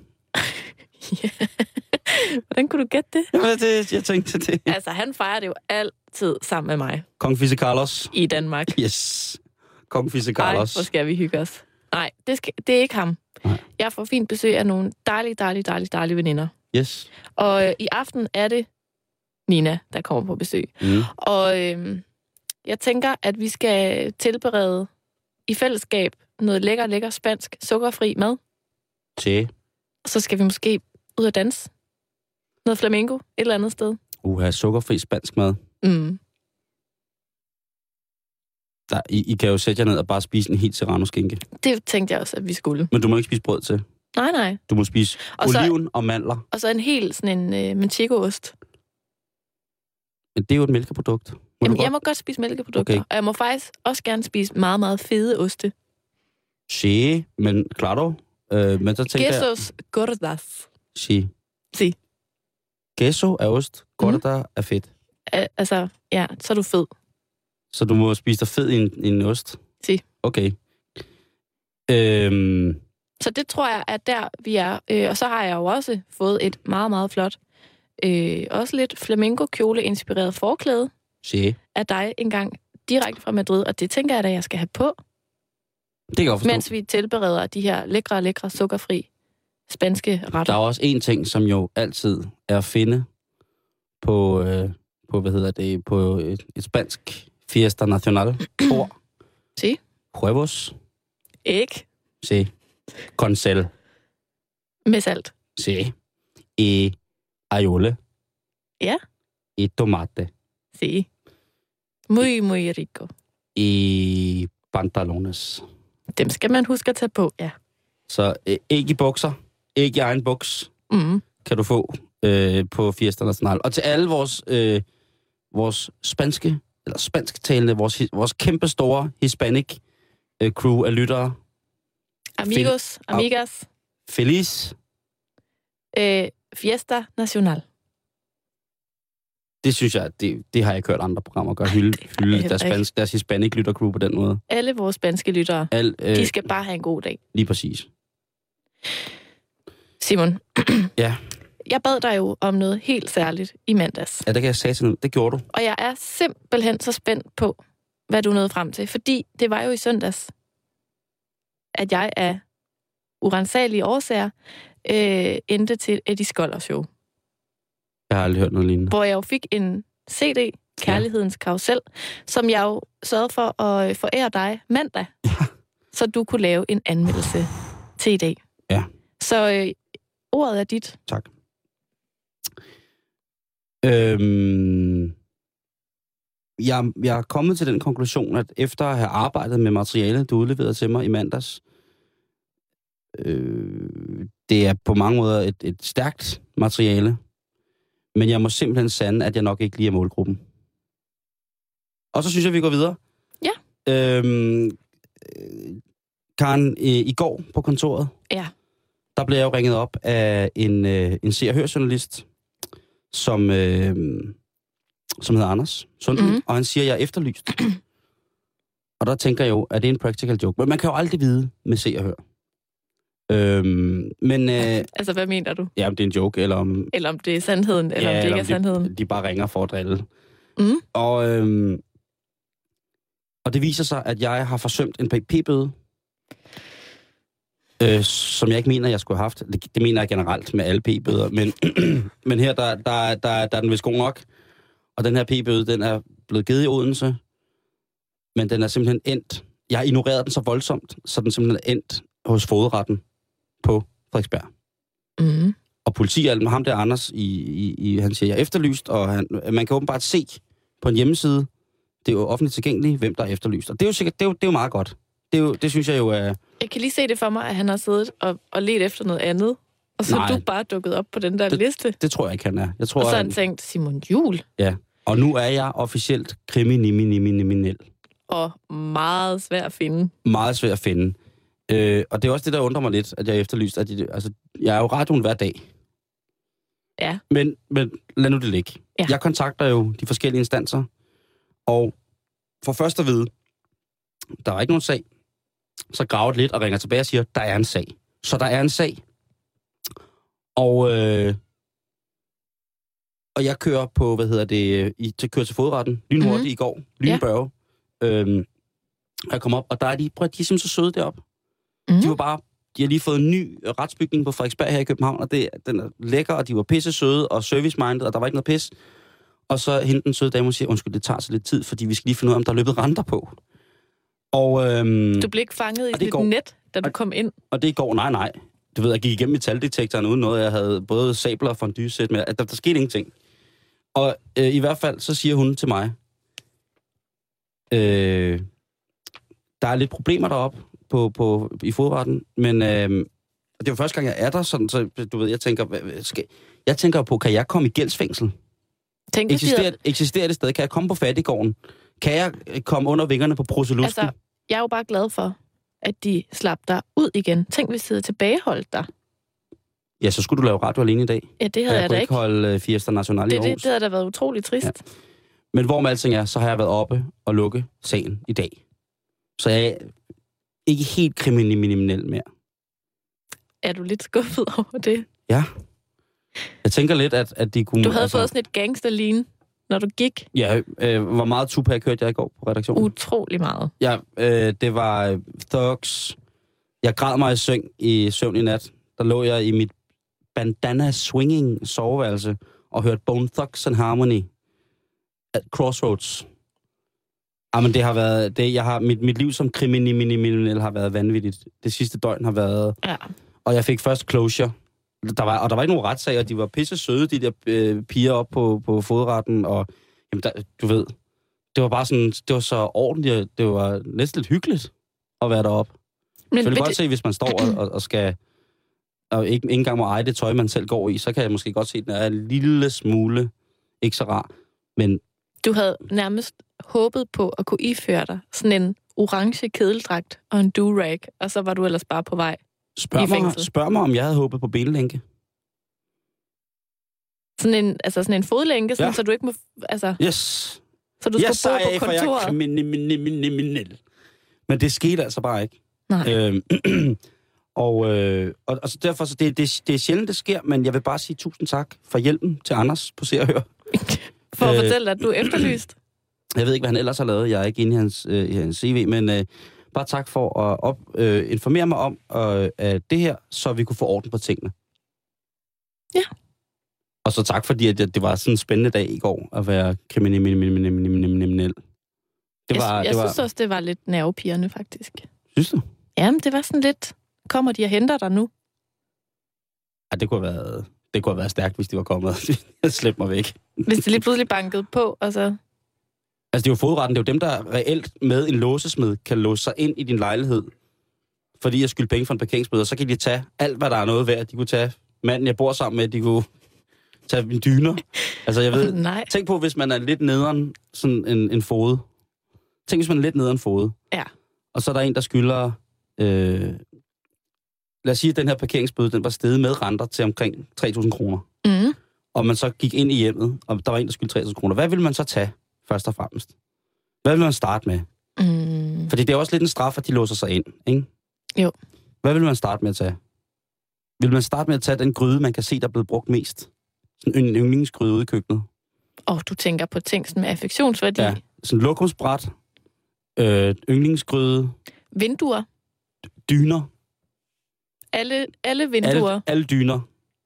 Speaker 4: Øh, Hvordan kunne du gætte det?
Speaker 3: Jamen, det, jeg tænkte det.
Speaker 4: Altså, han fejrer det jo altid sammen med mig
Speaker 3: Kong Fisse Carlos.
Speaker 4: i Danmark.
Speaker 3: Yes. Kong Fisse
Speaker 4: Ej,
Speaker 3: Carlos.
Speaker 4: hvor skal vi hygge os. Nej, det, skal, det er ikke ham.
Speaker 3: Nej.
Speaker 4: Jeg får fint besøg af nogle dejlige, dejlige, dejlige, dejlige veninder.
Speaker 3: Yes.
Speaker 4: Og øh, i aften er det Nina, der kommer på besøg.
Speaker 3: Mm.
Speaker 4: Og øh, jeg tænker, at vi skal tilberede i fællesskab noget lækker, lækker spansk sukkerfri mad.
Speaker 3: Til.
Speaker 4: Så skal vi måske ud og danse. Noget flamenco et eller andet sted.
Speaker 3: Uha, sukkerfri spansk mad.
Speaker 4: Mm.
Speaker 3: Der, I, I kan jo sætte jer ned og bare spise en helt serrano-skinke.
Speaker 4: Det tænkte jeg også, at vi skulle.
Speaker 3: Men du må ikke spise brød til.
Speaker 4: Nej, nej.
Speaker 3: Du må spise
Speaker 4: Og så,
Speaker 3: oliven og mandler.
Speaker 4: og så en helt sådan en øh, manchego-ost.
Speaker 3: Men det er jo et mælkeprodukt. Må du
Speaker 4: Jamen,
Speaker 3: godt?
Speaker 4: jeg må godt spise mælkeprodukter.
Speaker 3: Okay.
Speaker 4: Okay. Og jeg må faktisk også gerne spise meget, meget fede oste.
Speaker 3: Sí, men claro. Øh, men så tænker jeg...
Speaker 4: Quesos gordas.
Speaker 3: Sí.
Speaker 4: Sí.
Speaker 3: Queso er ost. Godt,
Speaker 4: Mhm.
Speaker 3: der er fedt.
Speaker 4: Al- Altså, ja, så er du fed.
Speaker 3: Så du må spise dig fed i en, i en ost?
Speaker 4: Si.
Speaker 3: Okay. Øhm,
Speaker 4: Så det tror jeg er der, vi er. Øh, og så har jeg jo også fået et meget, meget flot, øh, også lidt flamenco-kjole-inspireret forklæde
Speaker 3: sí. Det
Speaker 4: af dig engang direkte fra Madrid. Og det tænker jeg da, jeg skal have på,
Speaker 3: kan jeg godt forstå.
Speaker 4: mens vi tilbereder de her lækre, lækre, sukkerfri spanske
Speaker 3: Der
Speaker 4: retter.
Speaker 3: er også en ting, som jo altid er at finde på, øh, på hvad hedder det, på et, et spansk fiesta nacional ord.
Speaker 4: Si.
Speaker 3: Huevos.
Speaker 4: Ikke
Speaker 3: Sí. Con sal.
Speaker 4: med salt.
Speaker 3: Sí. E aiole.
Speaker 4: Ja.
Speaker 3: E tomate.
Speaker 4: Se. Muy, muy rico.
Speaker 3: E pantalones.
Speaker 4: Dem skal man huske at tage på, ja.
Speaker 3: Så øh, ikke i bukser. Ikke i egen buks.
Speaker 4: Mm.
Speaker 3: kan du få øh, på Fiesta Nacional. Og til alle vores, øh, vores spanske, eller spansktalende, vores, hi- vores kæmpe store hispanic øh, crew af lyttere,
Speaker 4: Amigos, amigas,
Speaker 3: Feliz,
Speaker 4: øh, fiesta nacional.
Speaker 3: det synes jeg, det, det har jeg kørt andre programmer gøre, hylde,
Speaker 4: det har jeg
Speaker 3: hylde
Speaker 4: heller
Speaker 3: deres,
Speaker 4: ikke.
Speaker 3: spansk, deres hispanic lytter crew på den måde.
Speaker 4: Alle vores spanske lyttere,
Speaker 3: Al, øh,
Speaker 4: de skal bare have en god dag.
Speaker 3: Lige præcis.
Speaker 4: Simon.
Speaker 3: Ja.
Speaker 4: jeg bad dig jo om noget helt særligt i mandags.
Speaker 3: Ja, der kan jeg sige til Det gjorde du.
Speaker 4: Og jeg er simpelthen så spændt på, hvad du nåede frem til. Fordi det var jo i søndags, at jeg af urensagelige årsager øh, endte til Eddie Skoller show.
Speaker 3: Jeg har aldrig hørt noget lignende.
Speaker 4: Hvor jeg jo fik en CD, Kærlighedens ja. Karusel, som jeg jo sørgede for at øh, forære dig mandag. Ja. Så du kunne lave en anmeldelse til i dag.
Speaker 3: Ja.
Speaker 4: Så øh, ordet er dit.
Speaker 3: Tak. Øhm, jeg, jeg er kommet til den konklusion, at efter at have arbejdet med materialet, du udleverede til mig i mandags, øh, det er på mange måder et, et stærkt materiale, men jeg må simpelthen sande, at jeg nok ikke lige er målgruppen. Og så synes jeg, vi går videre.
Speaker 4: Ja.
Speaker 3: Øhm, øh, Karen, øh, i går på kontoret,
Speaker 4: Ja.
Speaker 3: der blev jeg jo ringet op af en, øh, en se- og hørjournalist, som, øh, som hedder Anders Sundby, mm.
Speaker 4: Mhm.
Speaker 3: og han siger, at jeg er efterlyst. og der tænker jeg jo, at det er en practical joke. Men man kan jo aldrig vide med se og hør. Øhm, men øh,
Speaker 4: Altså, hvad mener du?
Speaker 3: ja, om det er en joke, eller om
Speaker 4: Eller om det er sandheden, eller
Speaker 3: Ja,
Speaker 4: om det ikke er
Speaker 3: eller
Speaker 4: sandheden.
Speaker 3: de bare ringer for at drille.
Speaker 4: Mm.
Speaker 3: Og, øhm, og det viser sig, at jeg har forsømt en p-bøde, øh, som jeg ikke mener, jeg skulle have haft. Det, det mener jeg generelt med alle p-bøder, men, men her der, der, der, der er den vist god nok. Og den her p-bøde, den er blevet givet i Odense, men den er simpelthen endt. Jeg har ignoreret den så voldsomt, så den simpelthen er endt hos fodretten på Frederiksberg
Speaker 4: Mm.
Speaker 3: og politi og ham der Anders, i, i, i, han siger, jeg er efterlyst, og han, man kan åbenbart se på en hjemmeside, det er jo offentligt tilgængeligt, hvem der er efterlyst. Og det er jo, sikkert, det er jo, det er jo meget godt. Det, er jo, det synes jeg jo er...
Speaker 4: Jeg kan lige se det for mig, at han har siddet og, og let efter noget andet. Og så
Speaker 3: Nej.
Speaker 4: er du bare dukket op på den der det, liste.
Speaker 3: Det tror jeg ikke, han er. Jeg tror,
Speaker 4: Og så har
Speaker 3: han,
Speaker 4: han tænkt, Simon Jul
Speaker 3: og nu er jeg officielt kriminiminiminel.
Speaker 4: og meget svær at finde.
Speaker 3: Meget svært at finde. Øh, og det er også det, der undrer mig lidt, at jeg er efterlyst. At jeg, altså, jeg er jo i radioen hver dag.
Speaker 4: Ja.
Speaker 3: Men, men lad nu det ligge.
Speaker 4: Ja.
Speaker 3: Jeg kontakter jo de forskellige instanser, og for først at vide, der er ikke nogen sag, så graver det lidt og ringer tilbage og siger, der er en sag. Så der er en sag. Og, øh, og jeg kører på, hvad hedder det, øh, i, til kører til fodretten, lynhurtigt
Speaker 4: Mhm.
Speaker 3: mm-hmm. i går, lynbørge. Ja. Øhm, og jeg kom op, og der er de, prøv, at- de er simpelthen så søde deroppe. Mm. De
Speaker 4: Mhm.
Speaker 3: var bare, de har lige fået en ny øh, retsbygning på Frederiksberg her i København, og det, den er lækker, og de var pisse søde og service-minded, og der var ikke noget pis. Og så hende den søde dame, hun siger, undskyld, det tager så lidt tid, fordi vi skal lige finde ud af, om der er løbet renter på. Og, øhm,
Speaker 4: Du blev ikke fanget i
Speaker 3: Og det
Speaker 4: dit
Speaker 3: går-
Speaker 4: net, da du
Speaker 3: og-
Speaker 4: kom ind.
Speaker 3: og det i går, nej, nej. Du ved, jeg gik igennem metaldetektoren uden noget. Jeg havde både sabler og fondyesæt med. Der, der skete ingenting. Og øh, i hvert fald, så siger hun til mig, øh, der er lidt problemer deroppe på, på, i fodretten, men øh, det var første gang, jeg er der, sådan, så du ved, jeg tænker, hvad, hvad skal, jeg tænker på, kan jeg komme i gældsfængsel?
Speaker 4: Tænk, hvis de
Speaker 3: Eksisterer,
Speaker 4: havde-
Speaker 3: eksisterer det stadig? Kan jeg komme på fattigården? Kan jeg øh, komme under vingerne på proselusken?
Speaker 4: altså,
Speaker 3: Altså,
Speaker 4: jeg er jo bare glad for, at de slap dig ud igen. Tænk, hvis de havde tilbageholdt dig.
Speaker 3: ja, så skulle du lave radio alene i dag.
Speaker 4: Ja, det
Speaker 3: Og
Speaker 4: havde
Speaker 3: jeg
Speaker 4: jeg, jeg
Speaker 3: kunne
Speaker 4: da
Speaker 3: ikke,
Speaker 4: ikke.
Speaker 3: holde øh, Fiesta National i
Speaker 4: Det,
Speaker 3: Aarhus.
Speaker 4: det, det havde da været utrolig trist.
Speaker 3: Men hvor med alting er, så har jeg været oppe og lukke sagen i dag. Så jeg er ikke helt kriminel mere.
Speaker 4: Er du lidt skuffet over det?
Speaker 3: Mm, Jeg tænker lidt, at, at de kunne... altså,
Speaker 4: Du havde fået sådan et gangsterline, når du gik
Speaker 3: Ja, øh, hvor meget Tupac hørte jeg i går på redaktionen?
Speaker 4: utrolig meget.
Speaker 3: Ja, øh, det var øh, Thugs. Jeg græd mig i søvn i, søvn i nat. Der lå jeg i mit bandana swinging soveværelse og hørte Bone Thugs and Harmony at Crossroads. Jamen, det har været... Det, jeg har, mit, mit liv som kriminel har været vanvittigt. Det sidste døgn har været...
Speaker 4: Ja.
Speaker 3: Og jeg fik først closure. Der var, og der var ikke nogen retssag, og de var pisse søde, de der øh, piger op på, på fodretten. Og, jamen, der, du ved, det var bare sådan, det var så ordentligt, og det var næsten lidt hyggeligt at være deroppe.
Speaker 4: Men
Speaker 3: Så vil
Speaker 4: ved
Speaker 3: godt
Speaker 4: det-
Speaker 3: se, hvis man står og, og, og skal, og ikke, ikke engang må eje det tøj, man selv går i, så kan jeg måske godt se, at den er en lille smule ikke så rar. Men
Speaker 4: du havde nærmest håbet på at kunne iføre dig sådan en orange kedeldragt og en do-rag, og så var du ellers bare på vej. I
Speaker 3: spørg mig,
Speaker 4: fængsel.
Speaker 3: spørg mig, om jeg havde håbet på benlænke.
Speaker 4: Sådan en, altså sådan en fodlænke, sådan,
Speaker 3: Ja.
Speaker 4: ja. så du ikke må... Altså,
Speaker 3: Yes!
Speaker 4: så du skulle
Speaker 3: yes,
Speaker 4: bo
Speaker 3: I
Speaker 4: på
Speaker 3: for jeg er
Speaker 4: kontoret.
Speaker 3: kriminel. Men det skete altså bare ikke.
Speaker 4: Nej.
Speaker 3: Øhm, Og, øh, og, og så derfor, så det, det, det er sjældent, det sker, men jeg vil bare sige tusind tak for hjælpen til Anders på Se og Hør.
Speaker 4: For at
Speaker 3: Øh.
Speaker 4: fortælle dig, at du er efterlyst.
Speaker 3: Jeg ved ikke, hvad han ellers har lavet. Jeg er ikke inde i hans, øh, i hans CV, men øh, bare tak for at op, øh, informere mig om øh, at det her, så vi kunne få orden på tingene.
Speaker 4: Ja.
Speaker 3: Og så tak, fordi at, jeg- det var sådan en spændende dag i går at være kriminel. Det var,
Speaker 4: jeg jeg
Speaker 3: det var,
Speaker 4: synes også, det var lidt nervepirrende, faktisk.
Speaker 3: synes du?
Speaker 4: Jamen, det var sådan lidt, kommer de og henter dig nu?
Speaker 3: Ja, det kunne have været, det kunne have været stærkt, hvis de var kommet og slæbt mig væk.
Speaker 4: Hvis det lige pludselig bankede på, og så...
Speaker 3: Altså, det er jo fodretten. Det er jo dem, der reelt med en låsesmed kan låse sig ind i din lejlighed, fordi jeg skylder penge for en parkeringsbøde, og så kan de tage alt, hvad der er noget værd. De kunne tage manden, jeg bor sammen med, de kunne tage mine dyner. Altså, jeg ved...
Speaker 4: Nej,
Speaker 3: Tænk på, hvis man er lidt nederen sådan en, en fode. Tænk, hvis man er lidt nederen fode.
Speaker 4: Ja.
Speaker 3: Og så er der en, der skylder... Øh, lad os sige, at den her parkeringsbøde, den var steget med renter til omkring 3.000 kroner
Speaker 4: mm,
Speaker 3: og man så gik ind i hjemmet, og der var en, der skyldte 3.000 kroner, hvad vil man så tage, først og fremmest? Hvad vil man starte med?
Speaker 4: mm,
Speaker 3: Fordi det er også lidt en straf, at de låser sig ind, ikke?
Speaker 4: Jo.
Speaker 3: Hvad vil man starte med at tage? Vil man starte med at tage den gryde, man kan se, der er blevet brugt mest? Sådan en yndlingsgryde ude i køkkenet.
Speaker 4: og du tænker på ting sådan med affektionsværdi.
Speaker 3: Ja. Sådan lokumsbræt, øh, yndlingsgryde,
Speaker 4: Vinduer.
Speaker 3: dyner.
Speaker 4: Alle, alle vinduer.
Speaker 3: Alle, alle dyner,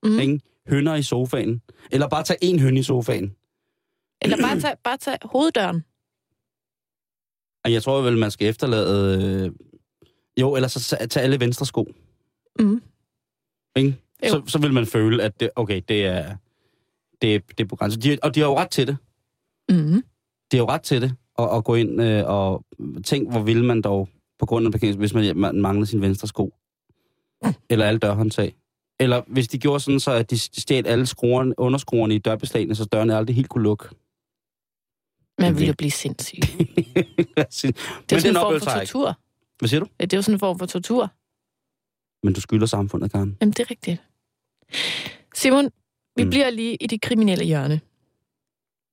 Speaker 4: Mhm.
Speaker 3: mm. ikke? Hønder i sofaen. Eller bare tage en høn i sofaen.
Speaker 4: Eller bare tag, bare tag hoveddøren.
Speaker 3: Og jeg tror vel, man skal efterlade... Øh... Jo, eller så tage alle venstre sko.
Speaker 4: Mm.
Speaker 3: Ikke?
Speaker 4: Jo.
Speaker 3: Så, så vil man føle, at det, okay, det er, det, er- det er på grænsen. De, og de har jo ret til det.
Speaker 4: Mm.
Speaker 3: De har jo ret til det at, at gå ind øh, og tænke, hvor ville man dog på grund af parkering, hvis man, man manglede sin venstre sko. Eller alle dørhåndtag. Eller hvis de gjorde sådan, så at de stjal alle skruerne, underskruerne i dørbeslagene, så dørene aldrig helt kunne lukke.
Speaker 4: Man ville jo blive sindssyg. Det
Speaker 3: Sin-
Speaker 4: er jo
Speaker 3: Men
Speaker 4: sådan
Speaker 3: den
Speaker 4: en form
Speaker 3: oplevelse
Speaker 4: for
Speaker 3: har jeg ikke.
Speaker 4: tortur.
Speaker 3: Hvad siger du?
Speaker 4: Ja, det er jo sådan en form for tortur.
Speaker 3: Men du skylder samfundet, Karen.
Speaker 4: Jamen, det er rigtigt. Simon, vi
Speaker 3: Mm.
Speaker 4: bliver lige i det kriminelle hjørne,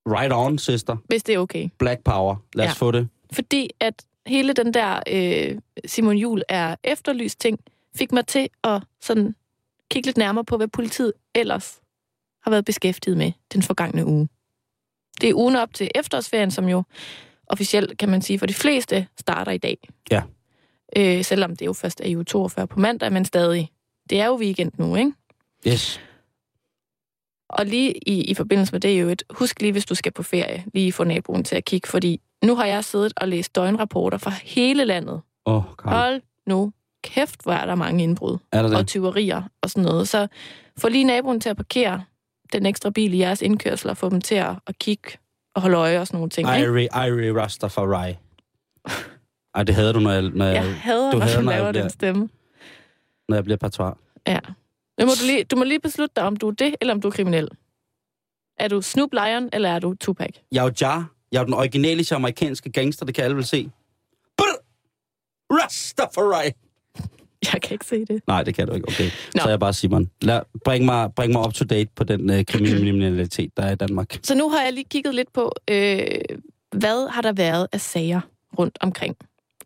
Speaker 3: Right on, sister.
Speaker 4: hvis det er okay.
Speaker 3: Black power. Lad os
Speaker 4: Ja.
Speaker 3: ja. få det.
Speaker 4: Fordi at hele den der øh, Simon Jul er efterlyst ting, fik mig til at sådan kigge lidt nærmere på, hvad politiet ellers har været beskæftiget med den forgangne uge. Det er ugen op til efterårsferien, som jo officielt, kan man sige, for de fleste starter i dag.
Speaker 3: Ja.
Speaker 4: Øh, selvom det jo først er i uge 42 på mandag, men stadig. Det er jo weekend nu, ikke?
Speaker 3: Yes.
Speaker 4: Og lige i, i forbindelse med det jo et, husk lige, hvis du skal på ferie, lige få naboen til at kigge, fordi nu har jeg siddet og læst døgnrapporter fra hele landet.
Speaker 3: Åh, oh, Karen.
Speaker 4: Hold nu kæft, hvor er der mange indbrud
Speaker 3: Er der
Speaker 4: ja.
Speaker 3: det?
Speaker 4: og tyverier og sådan noget. Så få lige naboen til at parkere den ekstra bil i jeres indkørsel og få dem til at, at kigge og holde øje og sådan nogle ting. Ikke?
Speaker 3: Irie, Irie Rastafari. Ej, det havde du, når jeg, når jeg,
Speaker 4: Jeg hader,
Speaker 3: øh, du
Speaker 4: når
Speaker 3: hader,
Speaker 4: du
Speaker 3: når
Speaker 4: laver
Speaker 3: jeg bliver-
Speaker 4: den stemme.
Speaker 3: når jeg bliver patois.
Speaker 4: Ja. Nu må du, lige, du må lige beslutte dig, om du er det, eller om du er kriminel. Er du Snoop Lion, eller er du Tupac?
Speaker 3: Jeg er jo Jar. Jeg er jo den originale amerikanske gangster, det kan alle vel se. Brr! Rastafari.
Speaker 4: Jeg kan ikke se det.
Speaker 3: Nej, det kan du ikke. Okay.
Speaker 4: Nå.
Speaker 3: Nå. Så er jeg bare Simon. Lad, bring, mig, bring mig up to date på den øh, kriminalitet, der er i Danmark.
Speaker 4: Så nu har jeg lige kigget lidt på, øh, hvad har der været af sager rundt omkring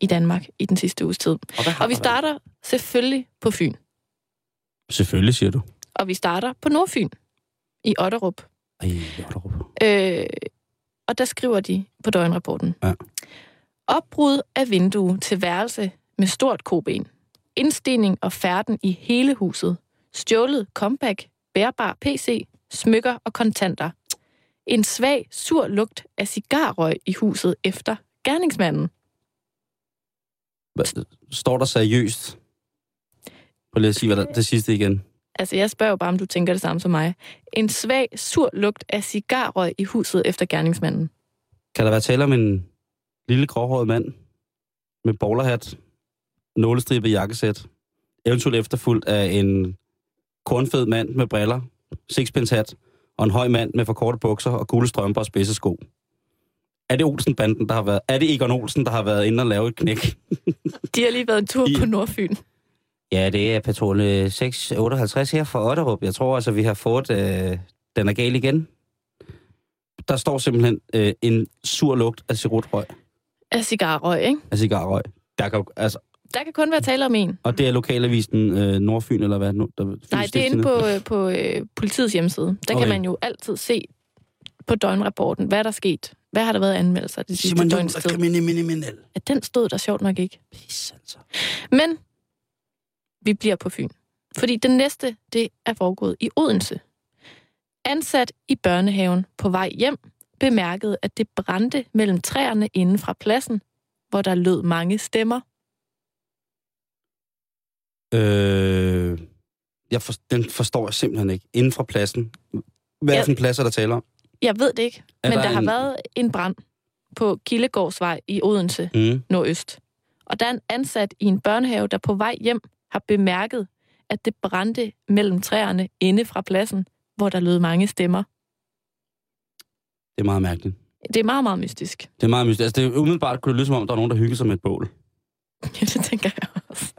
Speaker 4: i Danmark i den sidste uges tid.
Speaker 3: Og, hvad har
Speaker 4: Og vi
Speaker 3: der været?
Speaker 4: starter selvfølgelig på Fyn.
Speaker 3: Selvfølgelig, siger du.
Speaker 4: Og vi starter på Nordfyn i Otterup.
Speaker 3: Ej, Jotterup.
Speaker 4: Øh, og der skriver de på døgnrapporten.
Speaker 3: Ja.
Speaker 4: Opbrud af vindue til værelse med stort koben. Indstigning og færden i hele huset. Stjålet comeback, bærbar PC, smykker og kontanter. En svag, sur lugt af cigarrøg i huset efter gerningsmanden.
Speaker 3: Hvad- Står der seriøst? Prøv lige at sige hvad der, det sidste igen.
Speaker 4: Altså, jeg spørger jo bare, om du tænker det samme som mig. En svag, sur lugt af cigarrøg i huset efter gerningsmanden.
Speaker 3: Kan der være tale om en lille gråhåret mand med bowlerhat, nålestribet jakkesæt, eventuelt efterfulgt af en kornfed mand med briller, sixpence hat og en høj mand med for korte bukser og gule strømper og spidse sko? Er det Olsen-banden, der har været... Er det Egon Olsen, der har været inde og lave et knæk?
Speaker 4: De har lige været en tur
Speaker 3: I-
Speaker 4: på Nordfyn.
Speaker 3: Ja, det er patrulje 658 her fra Otterup. Jeg tror altså, vi har fået... Øh, den er gal igen. Der står simpelthen øh, en sur lugt af cigaretrøg.
Speaker 4: Af cigarrøg, ikke?
Speaker 3: af cigarrøg. Der kan, jo- altså,
Speaker 4: Der kan kun være tale om en.
Speaker 3: Og det er lokalavisen øh, Nordfyn, eller hvad er det nu? Der,
Speaker 4: Nej, det er inde på, øh, på øh, politiets hjemmeside. Der okay.
Speaker 3: Okay.
Speaker 4: kan man jo altid se på døgnrapporten, hvad der er sket. Hvad har der været af anmeldelser de sidste
Speaker 3: Simon
Speaker 4: døgns
Speaker 3: Lund er
Speaker 4: tid?
Speaker 3: kriminel.
Speaker 4: Ja, den stod der sjovt nok ikke.
Speaker 3: Pis, altså.
Speaker 4: Men vi bliver på Fyn. Fordi den næste, det er foregået i Odense. Ansat i børnehaven på vej hjem, bemærkede, at det brændte mellem træerne inden fra pladsen, hvor der lød mange stemmer.
Speaker 3: Øh, jeg for, den forstår jeg simpelthen ikke. Inden fra pladsen. Hvad er
Speaker 4: Ja.
Speaker 3: det for en plads, er der taler om?
Speaker 4: Jeg ved det ikke,
Speaker 3: Er
Speaker 4: men
Speaker 3: der
Speaker 4: der, der har
Speaker 3: en-
Speaker 4: været en brand på Kildegårdsvej i Odense.
Speaker 3: Mm.
Speaker 4: nordøst. Og der er en ansat i en børnehave, der på vej hjem har bemærket, at det brændte mellem træerne inde fra pladsen, hvor der lød mange stemmer.
Speaker 3: Det er meget mærkeligt.
Speaker 4: Det er meget, meget mystisk.
Speaker 3: Det er meget mystisk. Altså, det er umiddelbart kunne det lyde som om, der er nogen, der hygger sig med et bål.
Speaker 4: Ja, det tænker jeg også.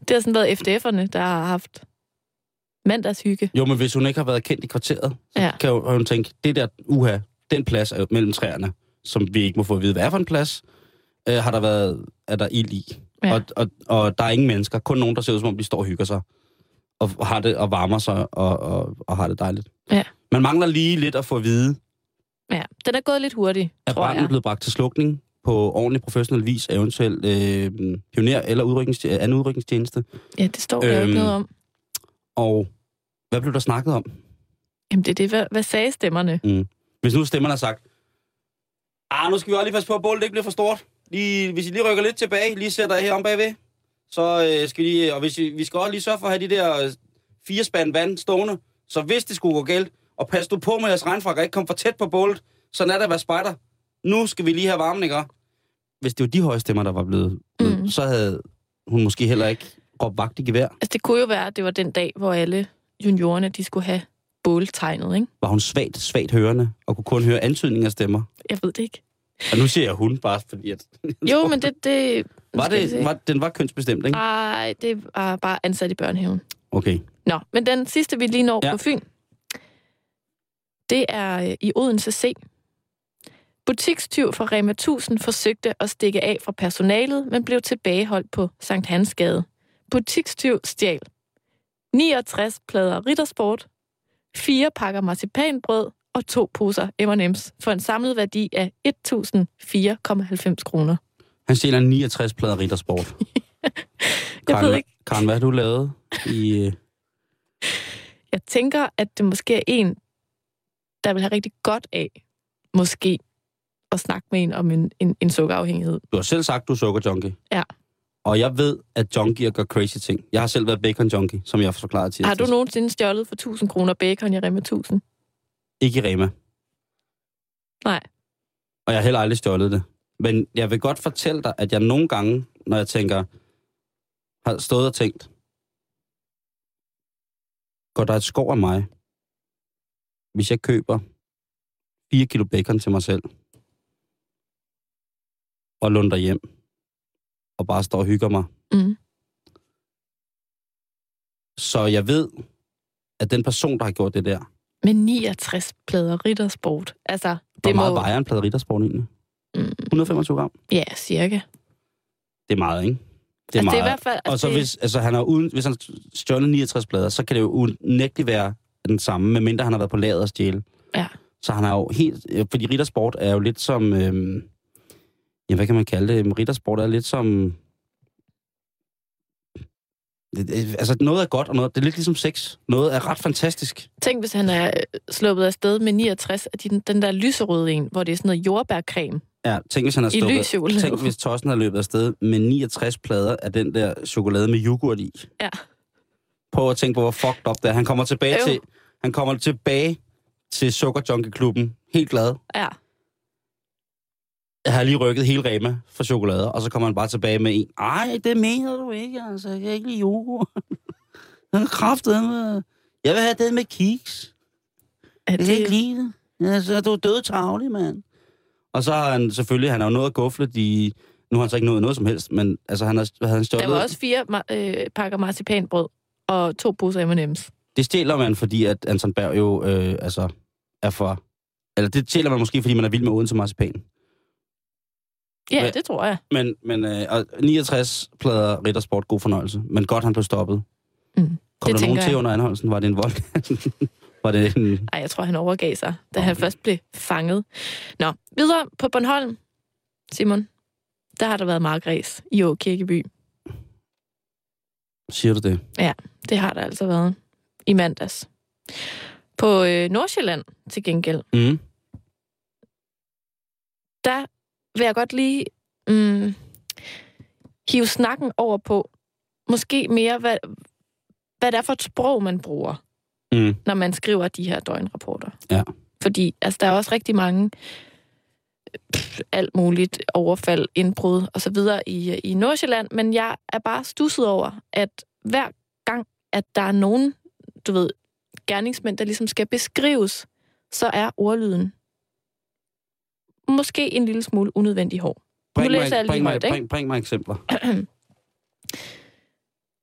Speaker 4: Det har sådan været FDF'erne, der har haft mandagshygge.
Speaker 3: Jo, men hvis hun ikke har været kendt i kvarteret,
Speaker 4: Ja.
Speaker 3: kan hun, hun tænke, det der uha, den plads er jo mellem træerne, som vi ikke må få at vide, hvad er for en plads, øh, har der været, er der ild i.
Speaker 4: Ja.
Speaker 3: Ja. Og, og, og der er ingen mennesker, kun nogen, der ser ud som om, de står og hygger sig, og har det, og varmer sig, og, og, og har det dejligt.
Speaker 4: Ja.
Speaker 3: Man mangler lige lidt at få at vide,
Speaker 4: ja. Den er gået lidt hurtigt,
Speaker 3: er
Speaker 4: tror
Speaker 3: branden
Speaker 4: jeg.
Speaker 3: blevet bragt til slukning på ordentlig professionel vis af eventuelt øh, pioner- eller udryknings- øh, anden udrykningstjeneste?
Speaker 4: Ja, det står der jo ikke
Speaker 3: Øhm.
Speaker 4: noget om.
Speaker 3: Og hvad blev der snakket om?
Speaker 4: Jamen, det er det. Hvad, hvad sagde stemmerne?
Speaker 3: Hvis nu stemmerne har sagt, ah, nu skal vi også lige passe på, at bålet ikke bliver for stort. Lige, hvis I lige rykker lidt tilbage, lige sætter jer her om bagved, så øh, skal vi lige, og hvis I, vi skal også lige sørge for at have de der øh, fire spand vand stående, så hvis det skulle gå galt, og pas du på med jeres regnfrakker, ikke kom for tæt på bålet, sådan er det at være spejder. Nu skal vi lige have varmen, ikke? også? Hvis det var de høje stemmer, der var blevet,
Speaker 4: Mm.
Speaker 3: mm. så havde hun måske heller ikke råbt vagt i gevær.
Speaker 4: Altså, det kunne jo være, at det var den dag, hvor alle juniorerne, de skulle have båltegnet, ikke?
Speaker 3: Var hun svagt, svagt hørende, og kunne kun høre antydninger af stemmer.
Speaker 4: Jeg ved det ikke.
Speaker 3: Og nu siger jeg hun, bare fordi at...
Speaker 4: Jo, men det... det nu
Speaker 3: Var
Speaker 4: skal vi se. Ah.
Speaker 3: det, var, den var kønsbestemt, ikke?
Speaker 4: Nej, det var bare ansat i børnehaven.
Speaker 3: Okay.
Speaker 4: Nå, men den sidste, vi lige når ja.
Speaker 3: Ja.
Speaker 4: på Fyn, det er øh, i Odense C. Butikstyv fra Rema 1000 forsøgte at stikke af fra personalet, men blev tilbageholdt på Sankt Hansgade. Butikstyv stjal 69 plader riddersport, fire pakker marcipanbrød og to poser M&M's for en samlet værdi af 1.004,90 kroner.
Speaker 3: Han stjæler 69 plader Rittersport.
Speaker 4: Jeg ved ikke,
Speaker 3: Karen, hvad har du lavet i... øh,
Speaker 4: Jeg tænker, at det måske er en, der vil have rigtig godt af, måske, at snakke med en om en, en, en sukkerafhængighed.
Speaker 3: Du har selv sagt, du er sukkerjunkie.
Speaker 4: Ja.
Speaker 3: Og jeg ved, at junkier gør crazy ting. Jeg har selv været bacon junkie, som jeg har forklaret til
Speaker 4: Har du nogensinde stjålet for 1000 kroner bacon i Rema 1000?
Speaker 3: Ikke i Rema.
Speaker 4: Nej.
Speaker 3: Og jeg har heller aldrig stjålet det. Men jeg vil godt fortælle dig, at jeg nogle gange, når jeg tænker, har stået og tænkt, går der et skov af mig, hvis jeg køber 4 kilo bacon til mig selv, og lunder hjem, og bare står og hygger mig.
Speaker 4: Mm.
Speaker 3: Så jeg ved, at den person, der har gjort det der,
Speaker 4: Men 69 plader riddersport. Altså, det
Speaker 3: hvor meget
Speaker 4: må...
Speaker 3: vejer en pladerittersporn egentlig?
Speaker 4: Mm,
Speaker 3: 125 gram?
Speaker 4: ja, cirka.
Speaker 3: Det er meget, ikke? Det er
Speaker 4: Det er, altså,
Speaker 3: meget.
Speaker 4: det er i hvert fald...
Speaker 3: Og så
Speaker 4: det,
Speaker 3: hvis, altså, han har uden, hvis han har stjålet 69 plader, så kan det jo unægteligt være den samme, medmindre han har været på lageret og stjæle.
Speaker 4: Ja.
Speaker 3: Så han har jo helt... øh, Fordi riddersport er jo lidt som... Øhm, ja, hvad kan man kalde det? Jamen, Riddersport er lidt som... Det- det- Altså, noget er godt, og noget, det er lidt ligesom sex. Noget er ret fantastisk.
Speaker 4: Tænk, hvis han er øh, sluppet afsted med 69 af de, den der lyserøde en, hvor det er sådan noget jordbærcreme
Speaker 3: Ja, tænk, hvis han har
Speaker 4: i
Speaker 3: sluppet...
Speaker 4: lys chokolade.
Speaker 3: Tænk, hvis Tossen har løbet afsted med 69 plader af den der chokolade med yoghurt i.
Speaker 4: Ja.
Speaker 3: Prøv at tænke på, hvor fucked up det er. Han kommer tilbage,
Speaker 4: Øv.
Speaker 3: til, han kommer tilbage til Sukkerjunkie-klubben, helt glad.
Speaker 4: Ja,
Speaker 3: Jeg har lige rykket hele Rema for chokolader, og så kommer han bare tilbage med en. Ej, det mener du ikke, altså. Jeg kan ikke lide yoghurt. Den er kraftedeme. Jeg vil have det med kiks.
Speaker 4: er
Speaker 3: Jeg kan ikke
Speaker 4: det,
Speaker 3: lide det. Ja, så er du død tavlig, mand. Og så har han selvfølgelig, han har jo nået at gufle de... Nu har han så ikke nået noget som helst, men altså, han har, han stjålet...
Speaker 4: der var også fire ma- øh, pakker marcipanbrød og to poser M&M's.
Speaker 3: Det stjæler man, fordi at Anton Berg jo øh, altså, er for... Eller det stjæler man måske, fordi man er vild med Odense Marcipan.
Speaker 4: Ja,
Speaker 3: Hvad-
Speaker 4: det tror jeg.
Speaker 3: Men, men øh, og 69 plader Rittersport, god fornøjelse. Men godt, han blev stoppet.
Speaker 4: Mm.
Speaker 3: Kom det der
Speaker 4: tænker
Speaker 3: nogen til
Speaker 4: jeg.
Speaker 3: under anholdelsen? Var det en vold? var det en...
Speaker 4: Ej, jeg tror, han overgav sig, da
Speaker 3: Nå.
Speaker 4: han først blev fanget. Nå, videre på Bornholm, Simon. Der har der været meget græs i Åkirkeby.
Speaker 3: Siger du det?
Speaker 4: Det har der altså været i mandags. På øh, Nordsjælland til gengæld,
Speaker 3: Mm.
Speaker 4: der vil jeg godt lige mm, hive snakken over på, måske mere, hvad, hvad det er for et sprog, man bruger.
Speaker 3: Mm.
Speaker 4: når man skriver de her døgnrapporter.
Speaker 3: Ja.
Speaker 4: Fordi altså, der er også rigtig mange pff, alt muligt overfald, indbrud og så videre i, i Nordsjælland, men jeg er bare stusset over, at hver gang, at der er nogen, du ved, gerningsmænd, der ligesom skal beskrives, så er ordlyden måske en lille smule unødvendig hård.
Speaker 3: Bring,
Speaker 4: læser jeg
Speaker 3: mig,
Speaker 4: lige
Speaker 3: bring, mig,
Speaker 4: højt, ikke?
Speaker 3: bring, bring mig eksempler.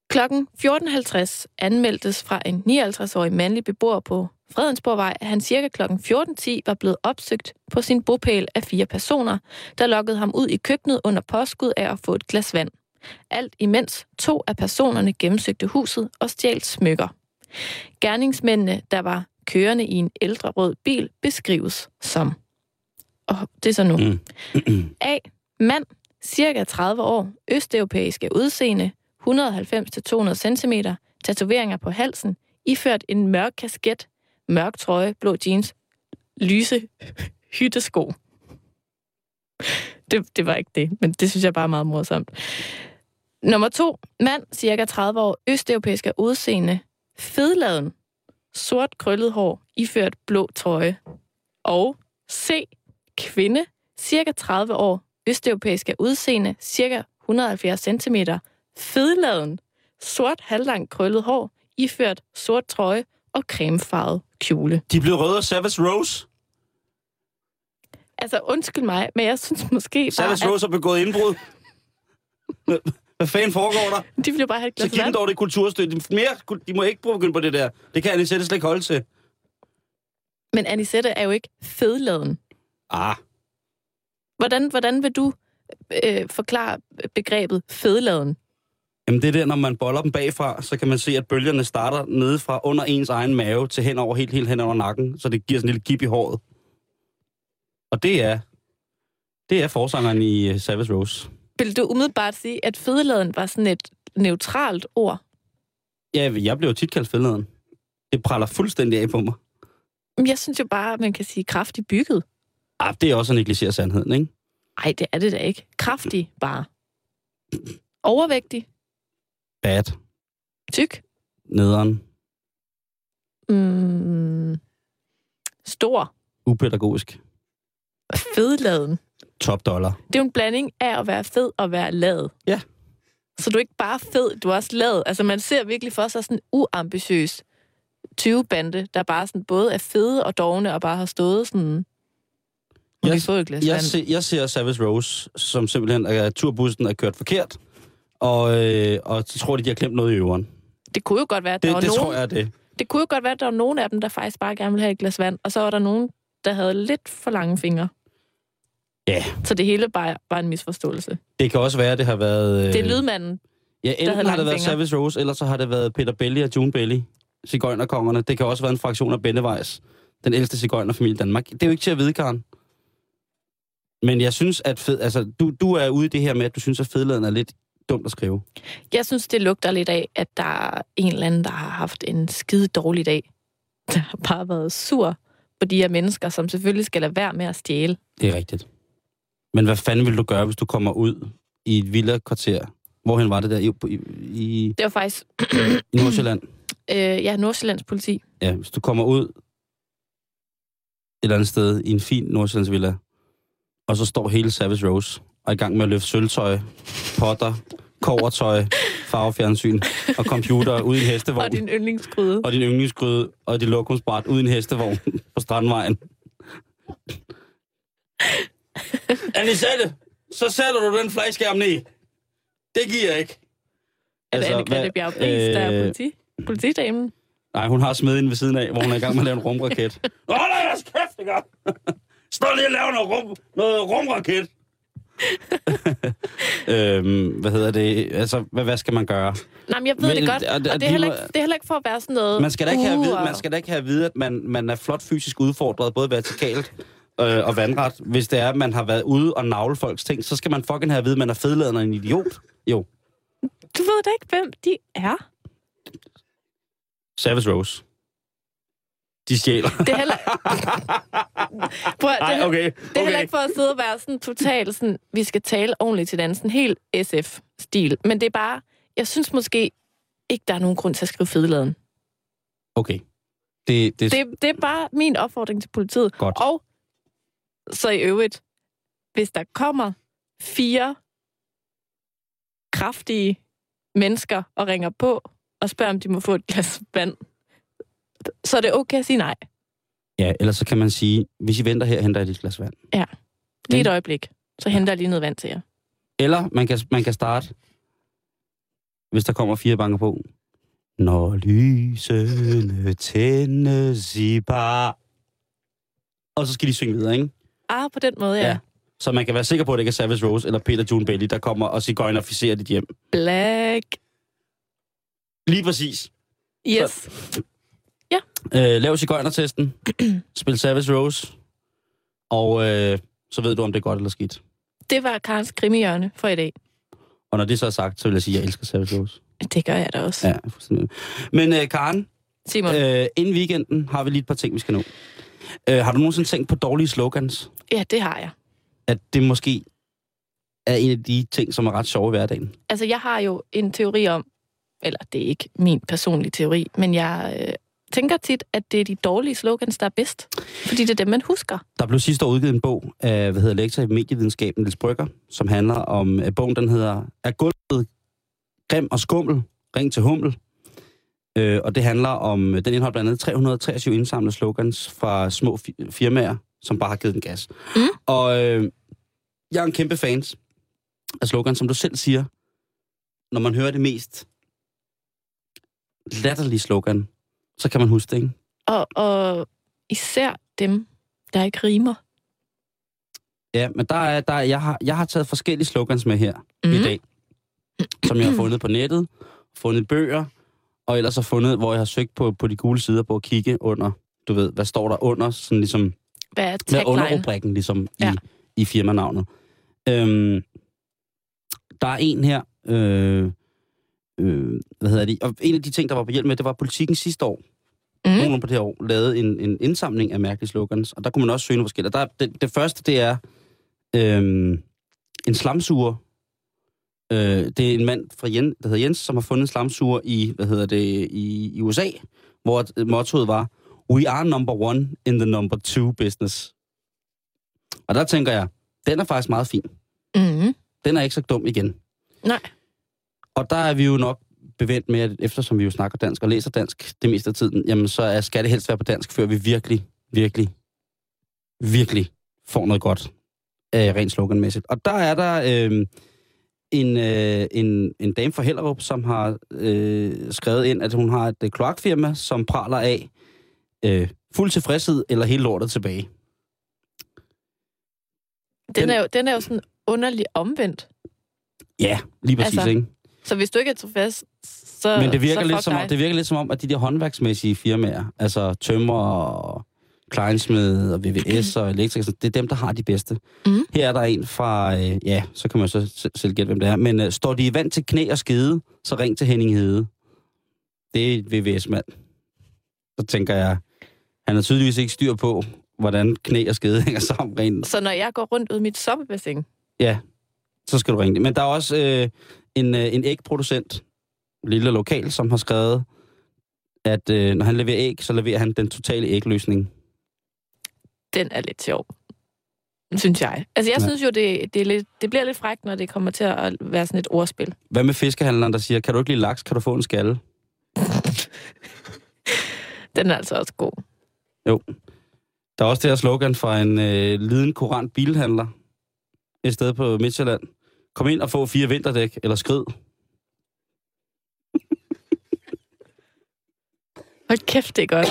Speaker 4: Klokken 14.50 anmeldtes fra en 59-årig mandlig beboer på Fredensborgvej, at han cirka kl. 14.10 var blevet opsøgt på sin bopæl af fire personer, der lokkede ham ud i køkkenet under påskud af at få et glas vand. Alt imens to af personerne gennemsøgte huset og stjal smykker. Gerningsmændene, der var kørende i en ældre rød bil, beskrives som... Og det er så nu.
Speaker 3: Mm.
Speaker 4: A. Mand, cirka 30 år, østeuropæisk af udseende, 190-200 cm, tatoveringer på halsen, iført en mørk kasket, mørk trøje, blå jeans, lyse hyttesko. Det, det var ikke det, men det synes jeg bare er meget morsomt. Nummer to. Mand, cirka 30 år, østeuropæisk af udseende, fedladen, sort krøllet hår, iført blå trøje. Og C. Kvinde, cirka 30 år, østeuropæisk af udseende, cirka 170 cm, fedladen, sort halvlangt krøllet hår, iført sort trøje og cremefarvet kjole.
Speaker 3: De blev røde af Savage Rose.
Speaker 4: Altså, undskyld mig, men jeg synes måske bare,
Speaker 3: Savage Rose har begået indbrud. Hvad- Hvad fanden foregår der?
Speaker 4: at de ville bare have et
Speaker 3: Så
Speaker 4: glas
Speaker 3: giv dem
Speaker 4: vand.
Speaker 3: dog det kulturstøtte. De- Mere, kul- de må ikke bruge- begynde på det der. Det kan Anne Sætte slet ikke holde til.
Speaker 4: Men Anisette er jo ikke fedladen.
Speaker 3: Ah,
Speaker 4: Hvordan, hvordan vil du øh, forklare begrebet fedladen?
Speaker 3: Jamen det er der, når man boller dem bagfra, så kan man se, at bølgerne starter nede fra under ens egen mave til hen over helt, helt hen over nakken, så det giver sådan en lille gip i håret. Og det er, det er forsangeren i øh, Savage Rose.
Speaker 4: Vil du umiddelbart sige, at fedladen var sådan et neutralt ord?
Speaker 3: Ja, jeg bliver jo tit kaldt fedladeren. Det praller fuldstændig af på mig.
Speaker 4: Men Jeg synes jo bare, at man kan sige kraftigt bygget.
Speaker 3: Ah, det er også at negligere sandheden, ikke?
Speaker 4: Nej, det er det da ikke. Kraftig bare. Overvægtig.
Speaker 3: Bad.
Speaker 4: Tyk.
Speaker 3: Nederen.
Speaker 4: Mm, stor.
Speaker 3: Upædagogisk.
Speaker 4: Fedladen.
Speaker 3: Top dollar.
Speaker 4: Det er jo en blanding af at være fed og være lad.
Speaker 3: Ja.
Speaker 4: Så du er ikke bare fed, du er også lad. Altså man ser virkelig for sig sådan en uambitiøs 20-bande, der bare sådan både er fede og dogne og bare har stået sådan... Må
Speaker 3: Jeg-
Speaker 4: vi få et glas
Speaker 3: Jeg,
Speaker 4: vand?"
Speaker 3: se, jeg ser Savage Rose, som simpelthen er, at turbussen er kørt forkert, og, øh, og så tror de, de har klemt noget i øveren.
Speaker 4: Det kunne jo godt være, at der
Speaker 3: Det,
Speaker 4: var
Speaker 3: det
Speaker 4: nogen...
Speaker 3: tror jeg er det.
Speaker 4: Det kunne jo godt være, at der var nogen af dem, der faktisk bare gerne ville have et glas vand, og så var der nogen, der havde lidt for lange fingre.
Speaker 3: Ja.
Speaker 4: Så det hele bare var en misforståelse.
Speaker 3: Det kan også være, at det har været... Øh,
Speaker 4: Det er lydmanden.
Speaker 3: Ja,
Speaker 4: havde
Speaker 3: enten har det
Speaker 4: lange
Speaker 3: været
Speaker 4: fingre.
Speaker 3: Savage Rose, eller så har det været Peter Belli og June Belli. Sigøjnerkongerne. Det kan også være en fraktion af Bennevejs. Den ældste sigøjnerfamilie i Danmark. Det er jo ikke til at vide, Karen. Men jeg synes, at fed, altså, du, du er ude i det her med, at du synes, at fedladen er lidt dumt at skrive.
Speaker 4: Jeg synes, det lugter lidt af, at der er en eller anden, der har haft en skide dårlig dag. Der har bare været sur på de her mennesker, som selvfølgelig skal lade være med at stjæle.
Speaker 3: Det er rigtigt. Men hvad fanden vil du gøre, hvis du kommer ud i et villa-kvarter? Hvorhen var det der? I, i, i,
Speaker 4: Det var faktisk
Speaker 3: i Nordsjælland?
Speaker 4: øh, ja, Nordsjællands politi.
Speaker 3: ja, hvis du kommer ud et eller andet sted i en fin Nordsjællandsvilla, og så står hele Savage Rose og er i gang med at løfte sølvtøj, potter, kovertøj, farvefjernsyn og computer ud i en hestevogn.
Speaker 4: Og din yndlingskryde.
Speaker 3: og din yndlingsgryde og dit lokumsbræt ud i en hestevogn på Strandvejen. Anisette, så sætter du den flagskærm ned. Det giver jeg ikke.
Speaker 4: Er det
Speaker 3: altså,
Speaker 4: Anne-Grethe
Speaker 3: hvad-
Speaker 4: Bjerg der er
Speaker 3: øh,
Speaker 4: politi? Politidamen?
Speaker 3: Nej, hun har smeden ved siden af, hvor hun er i gang med at lave en rumraket.
Speaker 2: Hold da jeres kæft, ikke?
Speaker 3: Stå lige og lave noget, rum, noget rumraket. øhm, hvad hedder det? Altså, hvad, hvad skal man gøre?
Speaker 4: Nej, men jeg ved
Speaker 3: Men-
Speaker 4: men, det godt,
Speaker 3: og-
Speaker 4: og,
Speaker 3: og
Speaker 4: det, og det,
Speaker 3: de
Speaker 4: er heller
Speaker 3: må-
Speaker 4: ikke, det er heller ikke for at være sådan noget...
Speaker 3: Man skal da ikke have at vide,
Speaker 4: "Uh, og-"
Speaker 3: man skal da ikke have at vide at man, man er flot fysisk udfordret, både vertikalt øh, og vandret. Hvis det er, at man har været ude og navle folks ting, så skal man fucking have at vide, at man er fedladende og en idiot. Jo.
Speaker 4: Du ved da ikke, hvem de er.
Speaker 3: Savage Rose. De stjæler.
Speaker 4: Det er heller... Prøv, at- det,
Speaker 3: Nej,
Speaker 4: er-
Speaker 3: okay.
Speaker 4: det er heller
Speaker 3: okay.
Speaker 4: ikke for at sidde og være sådan totalt sådan, vi skal tale ordentligt til dansen, helt SF-stil. Men det er bare, jeg synes måske ikke, der er nogen grund til at skrive fedeladen.
Speaker 3: Okay. Det, det, det...
Speaker 4: Det, det er bare min opfordring til politiet.
Speaker 3: Godt.
Speaker 4: Og så i øvrigt, hvis der kommer fire kraftige mennesker og ringer på og spørger, om de må få et glas vand, så er det okay at sige nej.
Speaker 3: Ja, ellers så kan man sige, hvis I venter her, henter jeg lige et glas vand.
Speaker 4: Lige et
Speaker 3: Den-
Speaker 4: øjeblik. Så henter jeg lige noget vand til jer.
Speaker 3: Eller man kan, man kan starte, hvis der kommer fire banker på. Når lysene tændes i bar. Og så skal de synge videre, ikke?
Speaker 4: Ah, på den måde, ja.
Speaker 3: Ja.
Speaker 4: ja.
Speaker 3: Så man kan være sikker på, at det ikke er Savage Rose eller Peter June Bailey, der kommer og sigøjnerficerer dit hjem.
Speaker 4: Black.
Speaker 3: Lige præcis.
Speaker 4: Yes.
Speaker 3: Øh, lav sigøjnertesten. Spil Savage Rose. Og øh, så ved du, om det er godt eller skidt.
Speaker 4: Det var Karens krimihjørne for i dag.
Speaker 3: Og når det så er sagt, så vil jeg sige, at jeg elsker Savage Rose.
Speaker 4: Det gør jeg da også. Ja.
Speaker 3: Ja, fuldstændig. Men øh, Karen,
Speaker 4: Simon, øh.
Speaker 3: Øh, inden weekenden har vi lige et par ting, vi skal nå. Øh, har du nogensinde tænkt på dårlige slogans?
Speaker 4: ja, det har jeg.
Speaker 3: At det måske er en af de ting, som er ret sjove i hverdagen.
Speaker 4: altså jeg har jo en teori om, eller det er ikke min personlige teori, men jeg øh, tænker tit, at det er de dårlige slogans, der er bedst. Fordi det er dem, man husker.
Speaker 3: Der blev sidste år udgivet en bog af, hvad hedder lektor i medievidenskaben, Niels Brygger, som handler om, øh, bogen den hedder, er gulvet grim og skummel, ring til hummel. Øh, og det handler om, øh, den indeholder blandt andet 323 indsamlede slogans fra små fi- firmaer, som bare har givet den gas.
Speaker 4: Mm.
Speaker 3: Og øh, jeg er en kæmpe fans af slogans, som du selv siger, når man hører det mest latterlige slogan, så kan man huske det, ikke?
Speaker 4: Og, og især dem, der ikke rimer.
Speaker 3: Ja, men der er, der er, jeg, har, jeg har taget forskellige slogans med her mm. i
Speaker 4: Mhm.
Speaker 3: dag, som jeg har fundet på nettet, fundet i bøger, og ellers har fundet, hvor jeg har søgt på, på de gule sider på at kigge under, du ved, hvad står der under, sådan ligesom,
Speaker 4: Hvad er
Speaker 3: med
Speaker 4: tagline?
Speaker 3: underrubrikken ligesom ja.
Speaker 4: Ja.
Speaker 3: i, i firmanavnet. Øhm, der er en her, øh, øh, hvad hedder det, og en af de ting, der var på hjælp med, det var at politikken sidste år,
Speaker 4: Mm.
Speaker 3: nogenlunde på det her år, lavet en, en indsamling af mærkelige slogans, og der kunne man også søge nogle forskellige. Der, er- det, det første, det er øhm, en slamsuger. Øh, det er en mand fra Jens, der hedder Jens, som har fundet en slamsuger i, hvad hedder det, i, i USA, hvor øh, mottoet var, We are number one in the number two business. Og der tænker jeg, den er faktisk meget fin.
Speaker 4: Mm.
Speaker 3: Den er ikke så dum igen.
Speaker 4: Nej.
Speaker 3: Og der er vi jo nok bevendt med, at eftersom vi jo snakker dansk og læser dansk det meste af tiden, jamen så er, skal det helst være på dansk, før vi virkelig, virkelig, virkelig får noget godt øh, rent sloganmæssigt. Og der er der øh, en, øh, en, en dame fra Hellerup, som har øh, skrevet ind, at hun har et øh, kloakfirma, som praler af øh, fuld tilfredshed eller hele lortet tilbage.
Speaker 4: Den, er jo, den er jo sådan underlig omvendt.
Speaker 3: Ja, lige præcis,
Speaker 4: Altså,
Speaker 3: ikke?
Speaker 4: Så hvis du ikke er tilfreds, så
Speaker 3: Men det virker,
Speaker 4: så
Speaker 3: lidt
Speaker 4: fuck
Speaker 3: som om,
Speaker 4: dig.
Speaker 3: det virker lidt som om, at de der håndværksmæssige firmaer, altså tømmer og kleinsmed og VVS og elektriker, det er dem, der har de bedste.
Speaker 4: Mhm.
Speaker 3: Her er der en fra, øh, ja, så kan man så se- selv gætte, hvem det er, men øh, står de i vand til knæ og skede, så ring til Henning Hede. Det er et VVS-mand. Så tænker jeg, han har tydeligvis ikke styr på, hvordan knæ og skede hænger sammen rent
Speaker 4: Så når jeg går rundt ud i mit soppebassin,
Speaker 3: så skal du ringe det. Men der er også øh, en, øh, en ægproducent, en lille lokal, som har skrevet, at øh, når han leverer æg, så leverer han den totale ægløsning.
Speaker 4: den er lidt sjov. Synes jeg. Altså jeg
Speaker 3: Ja.
Speaker 4: ja. synes jo, det, det, er lidt, det bliver lidt frækt, når det kommer til at være sådan et ordspil.
Speaker 3: Hvad med fiskehandleren, der siger, kan du ikke lide laks, kan du få en skalle?
Speaker 4: Den er altså også god.
Speaker 3: Der er også det her slogan fra en øh, liden kurant bilhandler et sted på Midtjylland. Kom ind og få fire vinterdæk, eller skrid.
Speaker 4: Hold kæft, det er godt.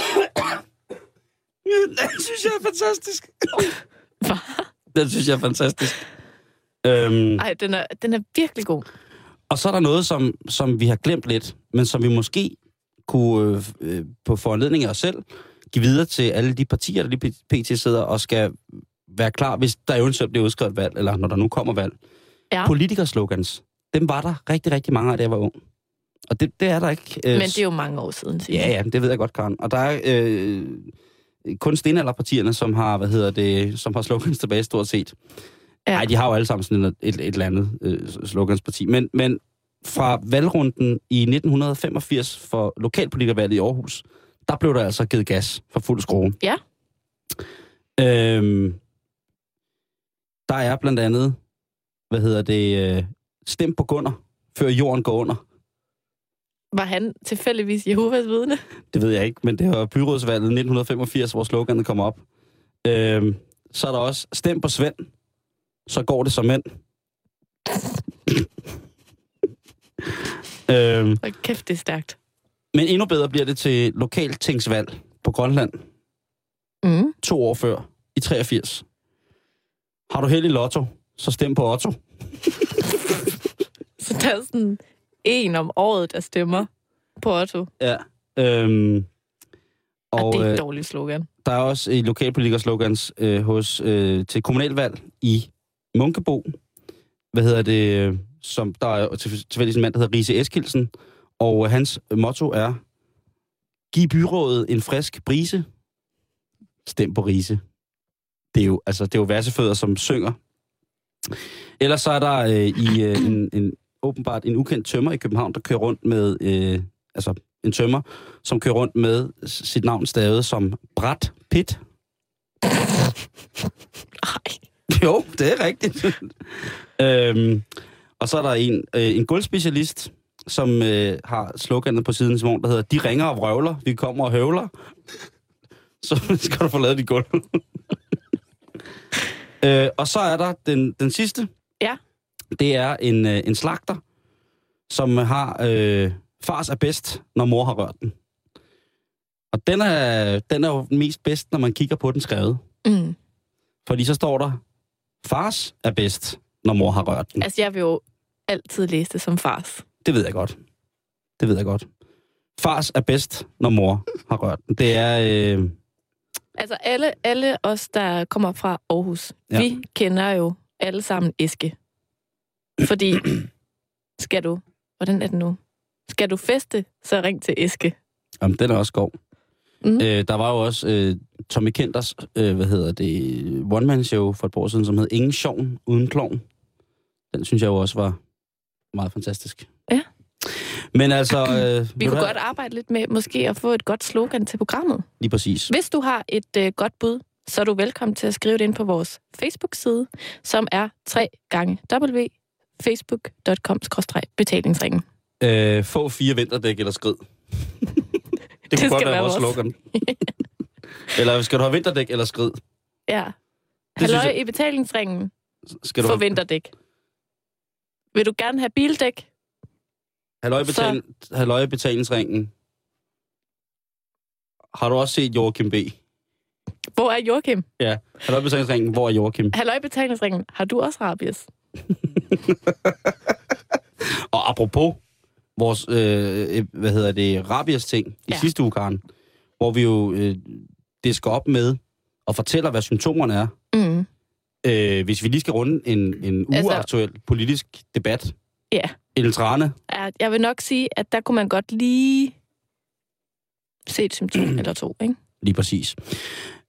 Speaker 3: Den synes jeg er fantastisk.
Speaker 4: Hva?
Speaker 3: Den synes jeg er fantastisk. Øhm,
Speaker 4: Ej, den er, den er virkelig god.
Speaker 3: og så er der noget, som, som vi har glemt lidt, men som vi måske kunne øh, øh, på foranledning af os selv give videre til alle de partier, der lige p- pt. sidder og skal være klar, hvis der eventuelt bliver udskrevet valg, eller når der nu kommer valg.
Speaker 4: Ja.
Speaker 3: Politikerslogans, dem var der rigtig, rigtig mange af, da jeg var ung. Og det, det er der ikke. Øh,
Speaker 4: Men det er jo mange år siden, siger
Speaker 3: Ja,
Speaker 4: jeg.
Speaker 3: ja, men det ved jeg godt, Karen. Og der er øh, kun stenalderpartierne, som har, hvad hedder det, som har slogans tilbage stort set.
Speaker 4: Ja.
Speaker 3: Nej, de har jo alle sammen sådan et, et, et eller andet øh, slogansparti. Men, men fra valgrunden i 1985 for lokalpolitikervalget i Aarhus, der blev der altså givet gas for fuld skrue.
Speaker 4: Ja.
Speaker 3: Øhm, der er blandt andet, hvad hedder det, øh, stem på Gunner, før jorden går under.
Speaker 4: Var han tilfældigvis Jehovas vidne?
Speaker 3: Det ved jeg ikke, men det var byrådsvalget 1985, hvor sloganet kom op. Øhm, så er der også, stem på Svend, så går det som mænd. øhm,
Speaker 4: Og kæft, det er stærkt.
Speaker 3: men endnu bedre bliver det til lokaltingsvalg på Grønland
Speaker 4: Mm.
Speaker 3: to år før, i 83. Har du held i lotto, så stem på Otto.
Speaker 4: Så der er sådan en om året, der stemmer på Otto. Og,
Speaker 3: Ja. Øhm,
Speaker 4: og det er
Speaker 3: øh,
Speaker 4: et dårligt slogan.
Speaker 3: Der er også et lokalpolitikerslogans øh, hos, øh, til kommunalvalg i Munkebo. Hvad hedder det? øh, Som der er jo til- tilfældigvis en mand, der hedder Riese Eskilsen. Og øh, hans motto er, giv byrådet en frisk brise. Stem på Riese. Det er jo, altså, det er jo versefødder, som synger. Ellers så er der øh, i øh, en, en, åbenbart en ukendt tømmer i København, der kører rundt med, øh, altså en tømmer, som kører rundt med s- sit navn stavet som Brat Pitt.
Speaker 4: Ej.
Speaker 3: Jo, det er rigtigt. øhm, og så er der en, øh, en guldspecialist, som øh, har sloganet på siden, som om, der hedder, de ringer og vrøvler, vi kommer og høvler. Så skal du få lavet dit gulv. øh, og så er der den, den sidste.
Speaker 4: Ja.
Speaker 3: Det er en, øh, en slagter, som har øh, fars er bedst, når mor har rørt den. Og den er, den er jo mest bedst, når man kigger på den skrevet.
Speaker 4: Mm.
Speaker 3: Fordi så står der, fars er bedst, når mor har rørt den.
Speaker 4: Altså, jeg vil jo altid læse det som fars.
Speaker 3: Det ved jeg godt. Det ved jeg godt. Fars er bedst, når mor har rørt den. Det er... Øh,
Speaker 4: Altså, alle, alle os, der kommer fra Aarhus,
Speaker 3: Ja.
Speaker 4: ja. vi kender jo alle sammen Eske. Fordi, skal du... Hvordan er det nu? Skal du feste, så ring til Eske.
Speaker 3: jamen, den er også god. Mm.
Speaker 4: Mhm.
Speaker 3: Øh, der var jo også øh, Tommy Kenders, øh, hvad hedder det, one-man-show for et par år siden, som hed Ingen Sjovn Uden Klovn. Den synes jeg jo også var meget fantastisk.
Speaker 4: Ja.
Speaker 3: Men altså... Øh,
Speaker 4: Vi kunne godt arbejde lidt med måske at få et godt slogan til programmet.
Speaker 3: Lige præcis.
Speaker 4: Hvis du har et øh, godt bud, så er du velkommen til at skrive det ind på vores Facebook-side, som er 3 gange www.facebook.com-betalingsringen.
Speaker 3: Øh, få fire vinterdæk eller skrid. det kunne
Speaker 4: skal
Speaker 3: godt være
Speaker 4: være
Speaker 3: vores
Speaker 4: vores.
Speaker 3: slogan. eller skal du have vinterdæk eller skrid?
Speaker 4: Ja.
Speaker 3: synes
Speaker 4: Halløj
Speaker 3: jeg-
Speaker 4: i betalingsringen
Speaker 3: Skal du
Speaker 4: for
Speaker 3: have,
Speaker 4: vinterdæk. Vil du gerne have bildæk?
Speaker 3: halløj, betal, halløj betalingsringen. Har du også set Joachim B?
Speaker 4: Hvor er Joachim?
Speaker 3: Ja. Halløj betalingsringen, hvor er Joachim?
Speaker 4: Halløj i betalingsringen. Har du også rabies?
Speaker 3: Og apropos vores, øh, øh, hvad hedder det, rabias ting i ja.
Speaker 4: Ja.
Speaker 3: sidste uge, Karen, hvor vi jo øh, det skal op med og fortæller, hvad symptomerne er.
Speaker 4: Mm.
Speaker 3: Øh, hvis vi lige skal runde en, en
Speaker 4: Altså-
Speaker 3: uaktuel politisk debat.
Speaker 4: Ja.
Speaker 3: Eltrane.
Speaker 4: Ja, Jeg vil nok sige, at der kunne man godt lige se et symptom eller to, ikke?
Speaker 3: Lige præcis.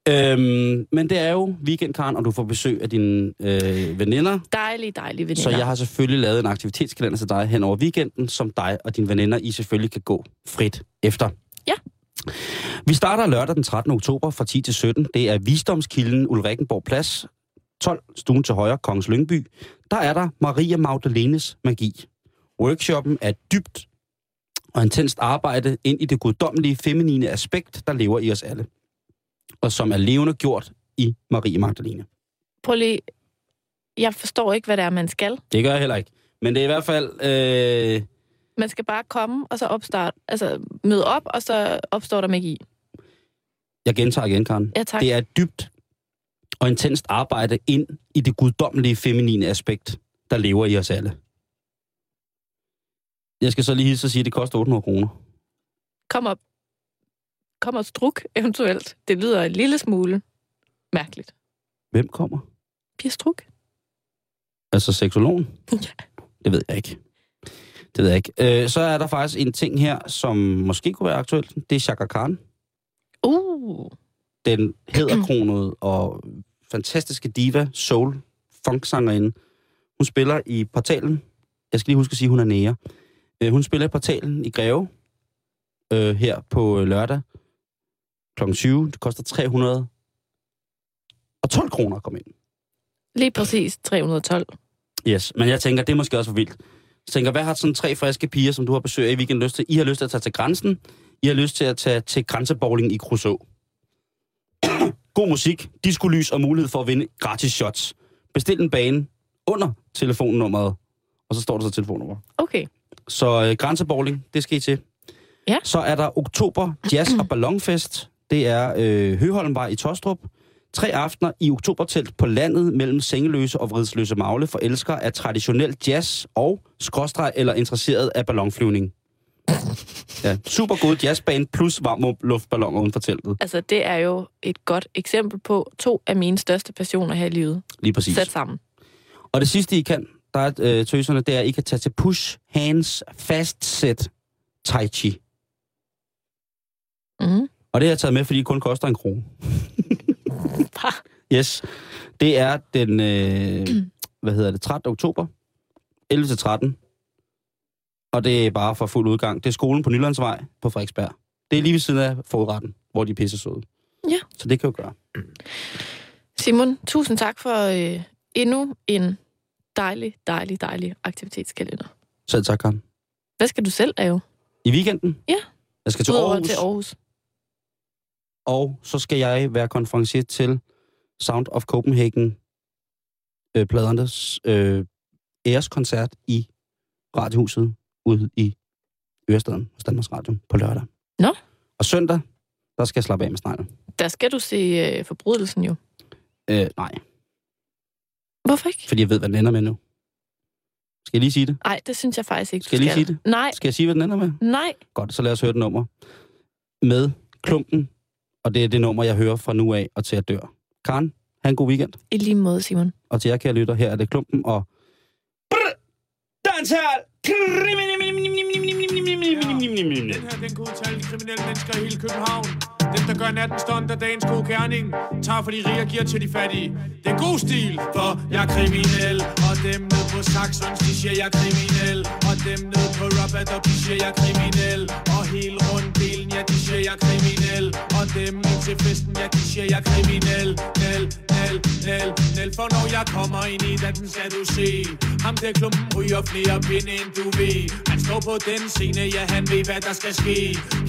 Speaker 3: Øhm, men det er jo weekend, Karen, og du får besøg af dine øh, veninder.
Speaker 4: Dejlige, dejlige veninder.
Speaker 3: Så jeg har selvfølgelig lavet en aktivitetskalender til dig hen over weekenden, som dig og dine veninder I selvfølgelig kan gå frit efter.
Speaker 4: Ja.
Speaker 3: Vi starter lørdag den 13. oktober fra 10 til 17. Det er Visdomskilden Ulrikenborg Plads, 12 stuen til højre, Kongens Lyngby. Der er der Maria Magdalenes Magi. Workshoppen er dybt og intenst arbejde ind i det guddommelige feminine aspekt, der lever i os alle. Og som er levende gjort i Marie Magdalene.
Speaker 4: Prøv lige... Jeg forstår ikke, hvad det er, man skal.
Speaker 3: Det gør jeg heller ikke. Men det er i hvert fald... Øh,
Speaker 4: Man skal bare komme, og så opstart, altså møde op, og så opstår der magi.
Speaker 3: Jeg gentager igen, Karen.
Speaker 4: Ja, tak.
Speaker 3: Det er et dybt og intenst arbejde ind i det guddommelige feminine aspekt, der lever i os alle. Jeg skal så lige hilse og sige, at det koster 800 kroner.
Speaker 4: Kom op. Kom og struk eventuelt. Det lyder en lille smule mærkeligt.
Speaker 3: Hvem kommer?
Speaker 4: Pia Struk?
Speaker 3: Altså seksologen?
Speaker 4: Ja.
Speaker 3: Det ved jeg ikke. Det ved jeg ikke. Øh, så er der faktisk en ting her, som måske kunne være aktuelt. Det er Chaka Khan.
Speaker 4: Uh,
Speaker 3: Den hedderkronede og fantastiske diva, soul, funksangerinde. Hun spiller i Portalen. Jeg skal lige huske at sige, at hun er nære. Øh, hun spiller i Portalen i Greve øh, her på øh, lørdag kl. 20. Det koster 312 kroner at komme ind.
Speaker 4: lige præcis 312.
Speaker 3: Yes, men jeg tænker, det er måske også for vildt. Jeg tænker, hvad har sådan tre friske piger, som du har besøg af i weekenden, lyst til? I har lyst til at tage til grænsen. I har lyst til at tage til grænsebowling i Crusoe. God musik, diskolys og mulighed for at vinde gratis shots. Bestil en bane under telefonnummeret, og så står der så telefonnummer.
Speaker 4: Okay.
Speaker 3: Så øh, grænsebowling, det skal I til.
Speaker 4: Ja.
Speaker 3: Så er der oktober Jazz og Ballonfest. Det er øh, Høholmvej i Tostrup. Tre aftener i oktobertelt på landet mellem sengeløse og vridsløse magle for elskere af traditionel jazz og skråstreg eller interesseret af ballonflyvning. Ja, super god jazzband plus varm luftballoner uden for teltet.
Speaker 4: Altså, det er jo et godt eksempel på to af mine største passioner her i livet.
Speaker 3: Lige præcis.
Speaker 4: Sat sammen.
Speaker 3: Og det sidste, I kan, der er øh, tøserne, det er, at I kan tage til push, hands, fast set, tai chi.
Speaker 4: Mm.
Speaker 3: Og det har jeg taget med, fordi det kun koster en krone.
Speaker 4: Bah.
Speaker 3: Yes. Det er den, øh, hvad hedder det, 13. oktober, 11 til 13. Og det er bare for fuld udgang. Det er skolen på Nylandsvej på Frederiksberg. Det er lige ved siden af fodretten, hvor de pisser søde.
Speaker 4: Ja.
Speaker 3: Så det kan jo gøre.
Speaker 4: Simon, tusind tak for øh, endnu en dejlig, dejlig, dejlig aktivitetskalender.
Speaker 3: Selv tak, Karen.
Speaker 4: Hvad skal du selv lave?
Speaker 3: I weekenden?
Speaker 4: Ja.
Speaker 3: Jeg skal til
Speaker 4: Udover
Speaker 3: Aarhus,
Speaker 4: til Aarhus.
Speaker 3: og så skal jeg være konferencier til Sound of Copenhagen øh, pladernes øh, æreskoncert i Radiohuset ude i Ørestaden hos Danmarks Radio på lørdag.
Speaker 4: Nå.
Speaker 3: Og søndag, der skal jeg slappe af med sneglen.
Speaker 4: Der skal du se øh, forbrydelsen jo.
Speaker 3: Øh, nej,
Speaker 4: Hvorfor ikke?
Speaker 3: fordi jeg ved, hvad den ender med nu. Skal jeg lige sige det?
Speaker 4: Nej, det synes jeg faktisk ikke. du
Speaker 3: Skal jeg lige sige
Speaker 4: Nej,
Speaker 3: Skal jeg sige, hvad den ender med?
Speaker 4: nej.
Speaker 3: Godt, så lad os høre det nummer. Med klumpen, og det er det nummer, jeg hører fra nu af og til at dør. Karen, have en god weekend.
Speaker 4: I lige måde, Simon.
Speaker 3: Og til jer, kære lytter, her er det klumpen og
Speaker 2: Dansal!
Speaker 5: Den her, den kan udtale de kriminelle mennesker i hele København. Den, der gør natten stund og dagens gode gerning, tager for de rige og giver til de fattige. Det er god stil, for jeg er kriminel. Og dem nede på Saxons, de siger, jeg er kriminel. Og dem nede på Robert, de siger, jeg er kriminel. Og hele runddelen, ja, de siger, jeg er kriminel. Og dem ind til festen, ja, de siger, jeg er kriminel. Nel, nel, nel, nel, for når jeg kommer ind i den, skal du se. Ham der klumpen ryger flere pinde, end du ved. Han står på den scene, ja, han ved, hvad der skal ske.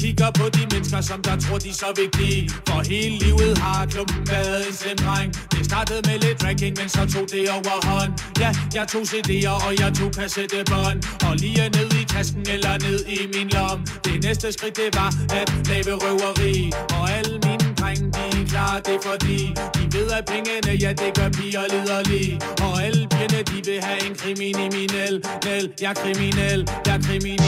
Speaker 5: Kigger på de mennesker, som der tror, de er så vigtige. For hele livet har klumpen været en slem dreng. Det startede med lidt drinking, men så tog det overhånd. Ja, jeg tog CD'er, og jeg tog kassettebånd. Og lige ned i tasken, eller ned i min lom. Det næste skridt, det var at lave røveri. Og alle mine drenge, de er klar, det er fordi De ved, at pengene, ja, det gør piger liderlige Og alle pigerne, de vil have en kriminel Nel, jeg er kriminel Jeg er kriminel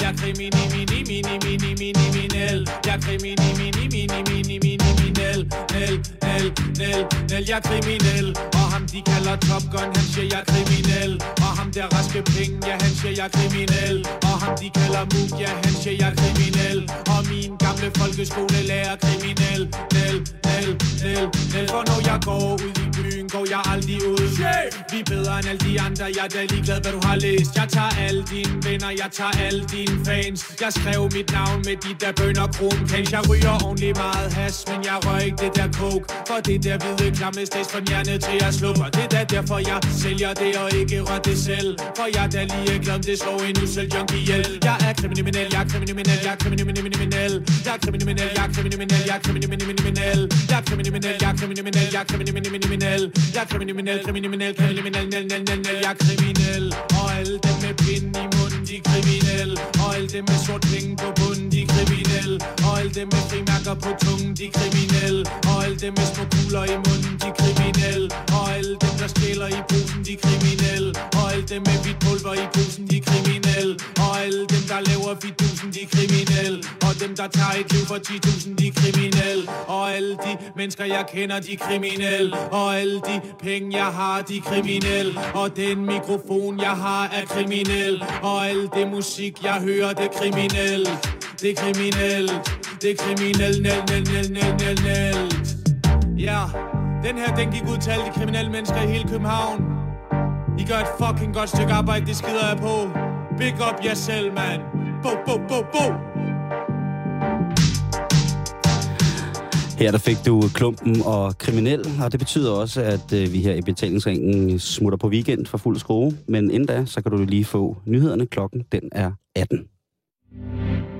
Speaker 5: Jeg er kriminel Jeg er kriminel Nel, nel, nel, nel, jeg er kriminel Og ham, de kalder Top Gun, han siger, jeg er kriminel Og ham der raske penge, ja, han siger, jeg er kriminel Og ham, de kalder Mook, ja, han siger, jeg er kriminel Og min gamle folkeskolelærer kriminel Nel, nel, nel, nel For når jeg går ud i byen, går jeg aldrig ud Vi er bedre end alle de andre, jeg er da ligeglad, hvad du har læst Jeg tager alle dine venner, jeg tager alle dine fans Jeg skrev mit navn med de der bønder kronkags Jeg ryger ordentlig meget has, men jeg rører ikke det der coke For det der hvide klamme stads fra hjerne til at slukke Og det er da derfor, jeg sælger det og ikke rører det selv For jeg er da lige glad, om det slår en usel junkie ihjel Jeg er kriminel, jeg er kriminel, jeg er kriminel Jeg er kriminel, jeg er kriminel, jeg er kriminel Jeg er kriminel, jeg er kriminel, jeg er kriminel Jeg er kriminel, kriminel, kriminel, nel, nel, nel, nel Jeg er kriminel, og alle dem med pinden i munden, de er kriminelle Og alle dem med sort penge på bunden, de er kriminelle Og alle dem med frimærk stikker på tungen, de kriminelle Og alle dem med små kugler i munden, de kriminelle Og alle dem, der stjæler i posen, de kriminelle Og alle dem med hvidt pulver i posen, de kriminelle Og alle dem, der laver fidusen, de kriminelle Og dem, der tager et liv for 10.000, de kriminelle Og alle de mennesker, jeg kender, de kriminelle Og alle de penge, jeg har, de kriminelle Og den mikrofon, jeg har, er kriminel Og alle det musik, jeg hører, det er kriminelt det er kriminelt, det er kriminelt, nel, nel, nel, nel, nel, nel. Ja, den her, den gik ud til alle de kriminelle mennesker i hele København. I gør et fucking godt stykke arbejde, det skider jeg på. Big up jer selv, mand. Bo, bo, bo, bo.
Speaker 3: Her der fik du klumpen og kriminel, og det betyder også, at øh, vi her i betalingsringen smutter på weekend for fuld skrue. Men inden da, så kan du lige få nyhederne. Klokken den er 18.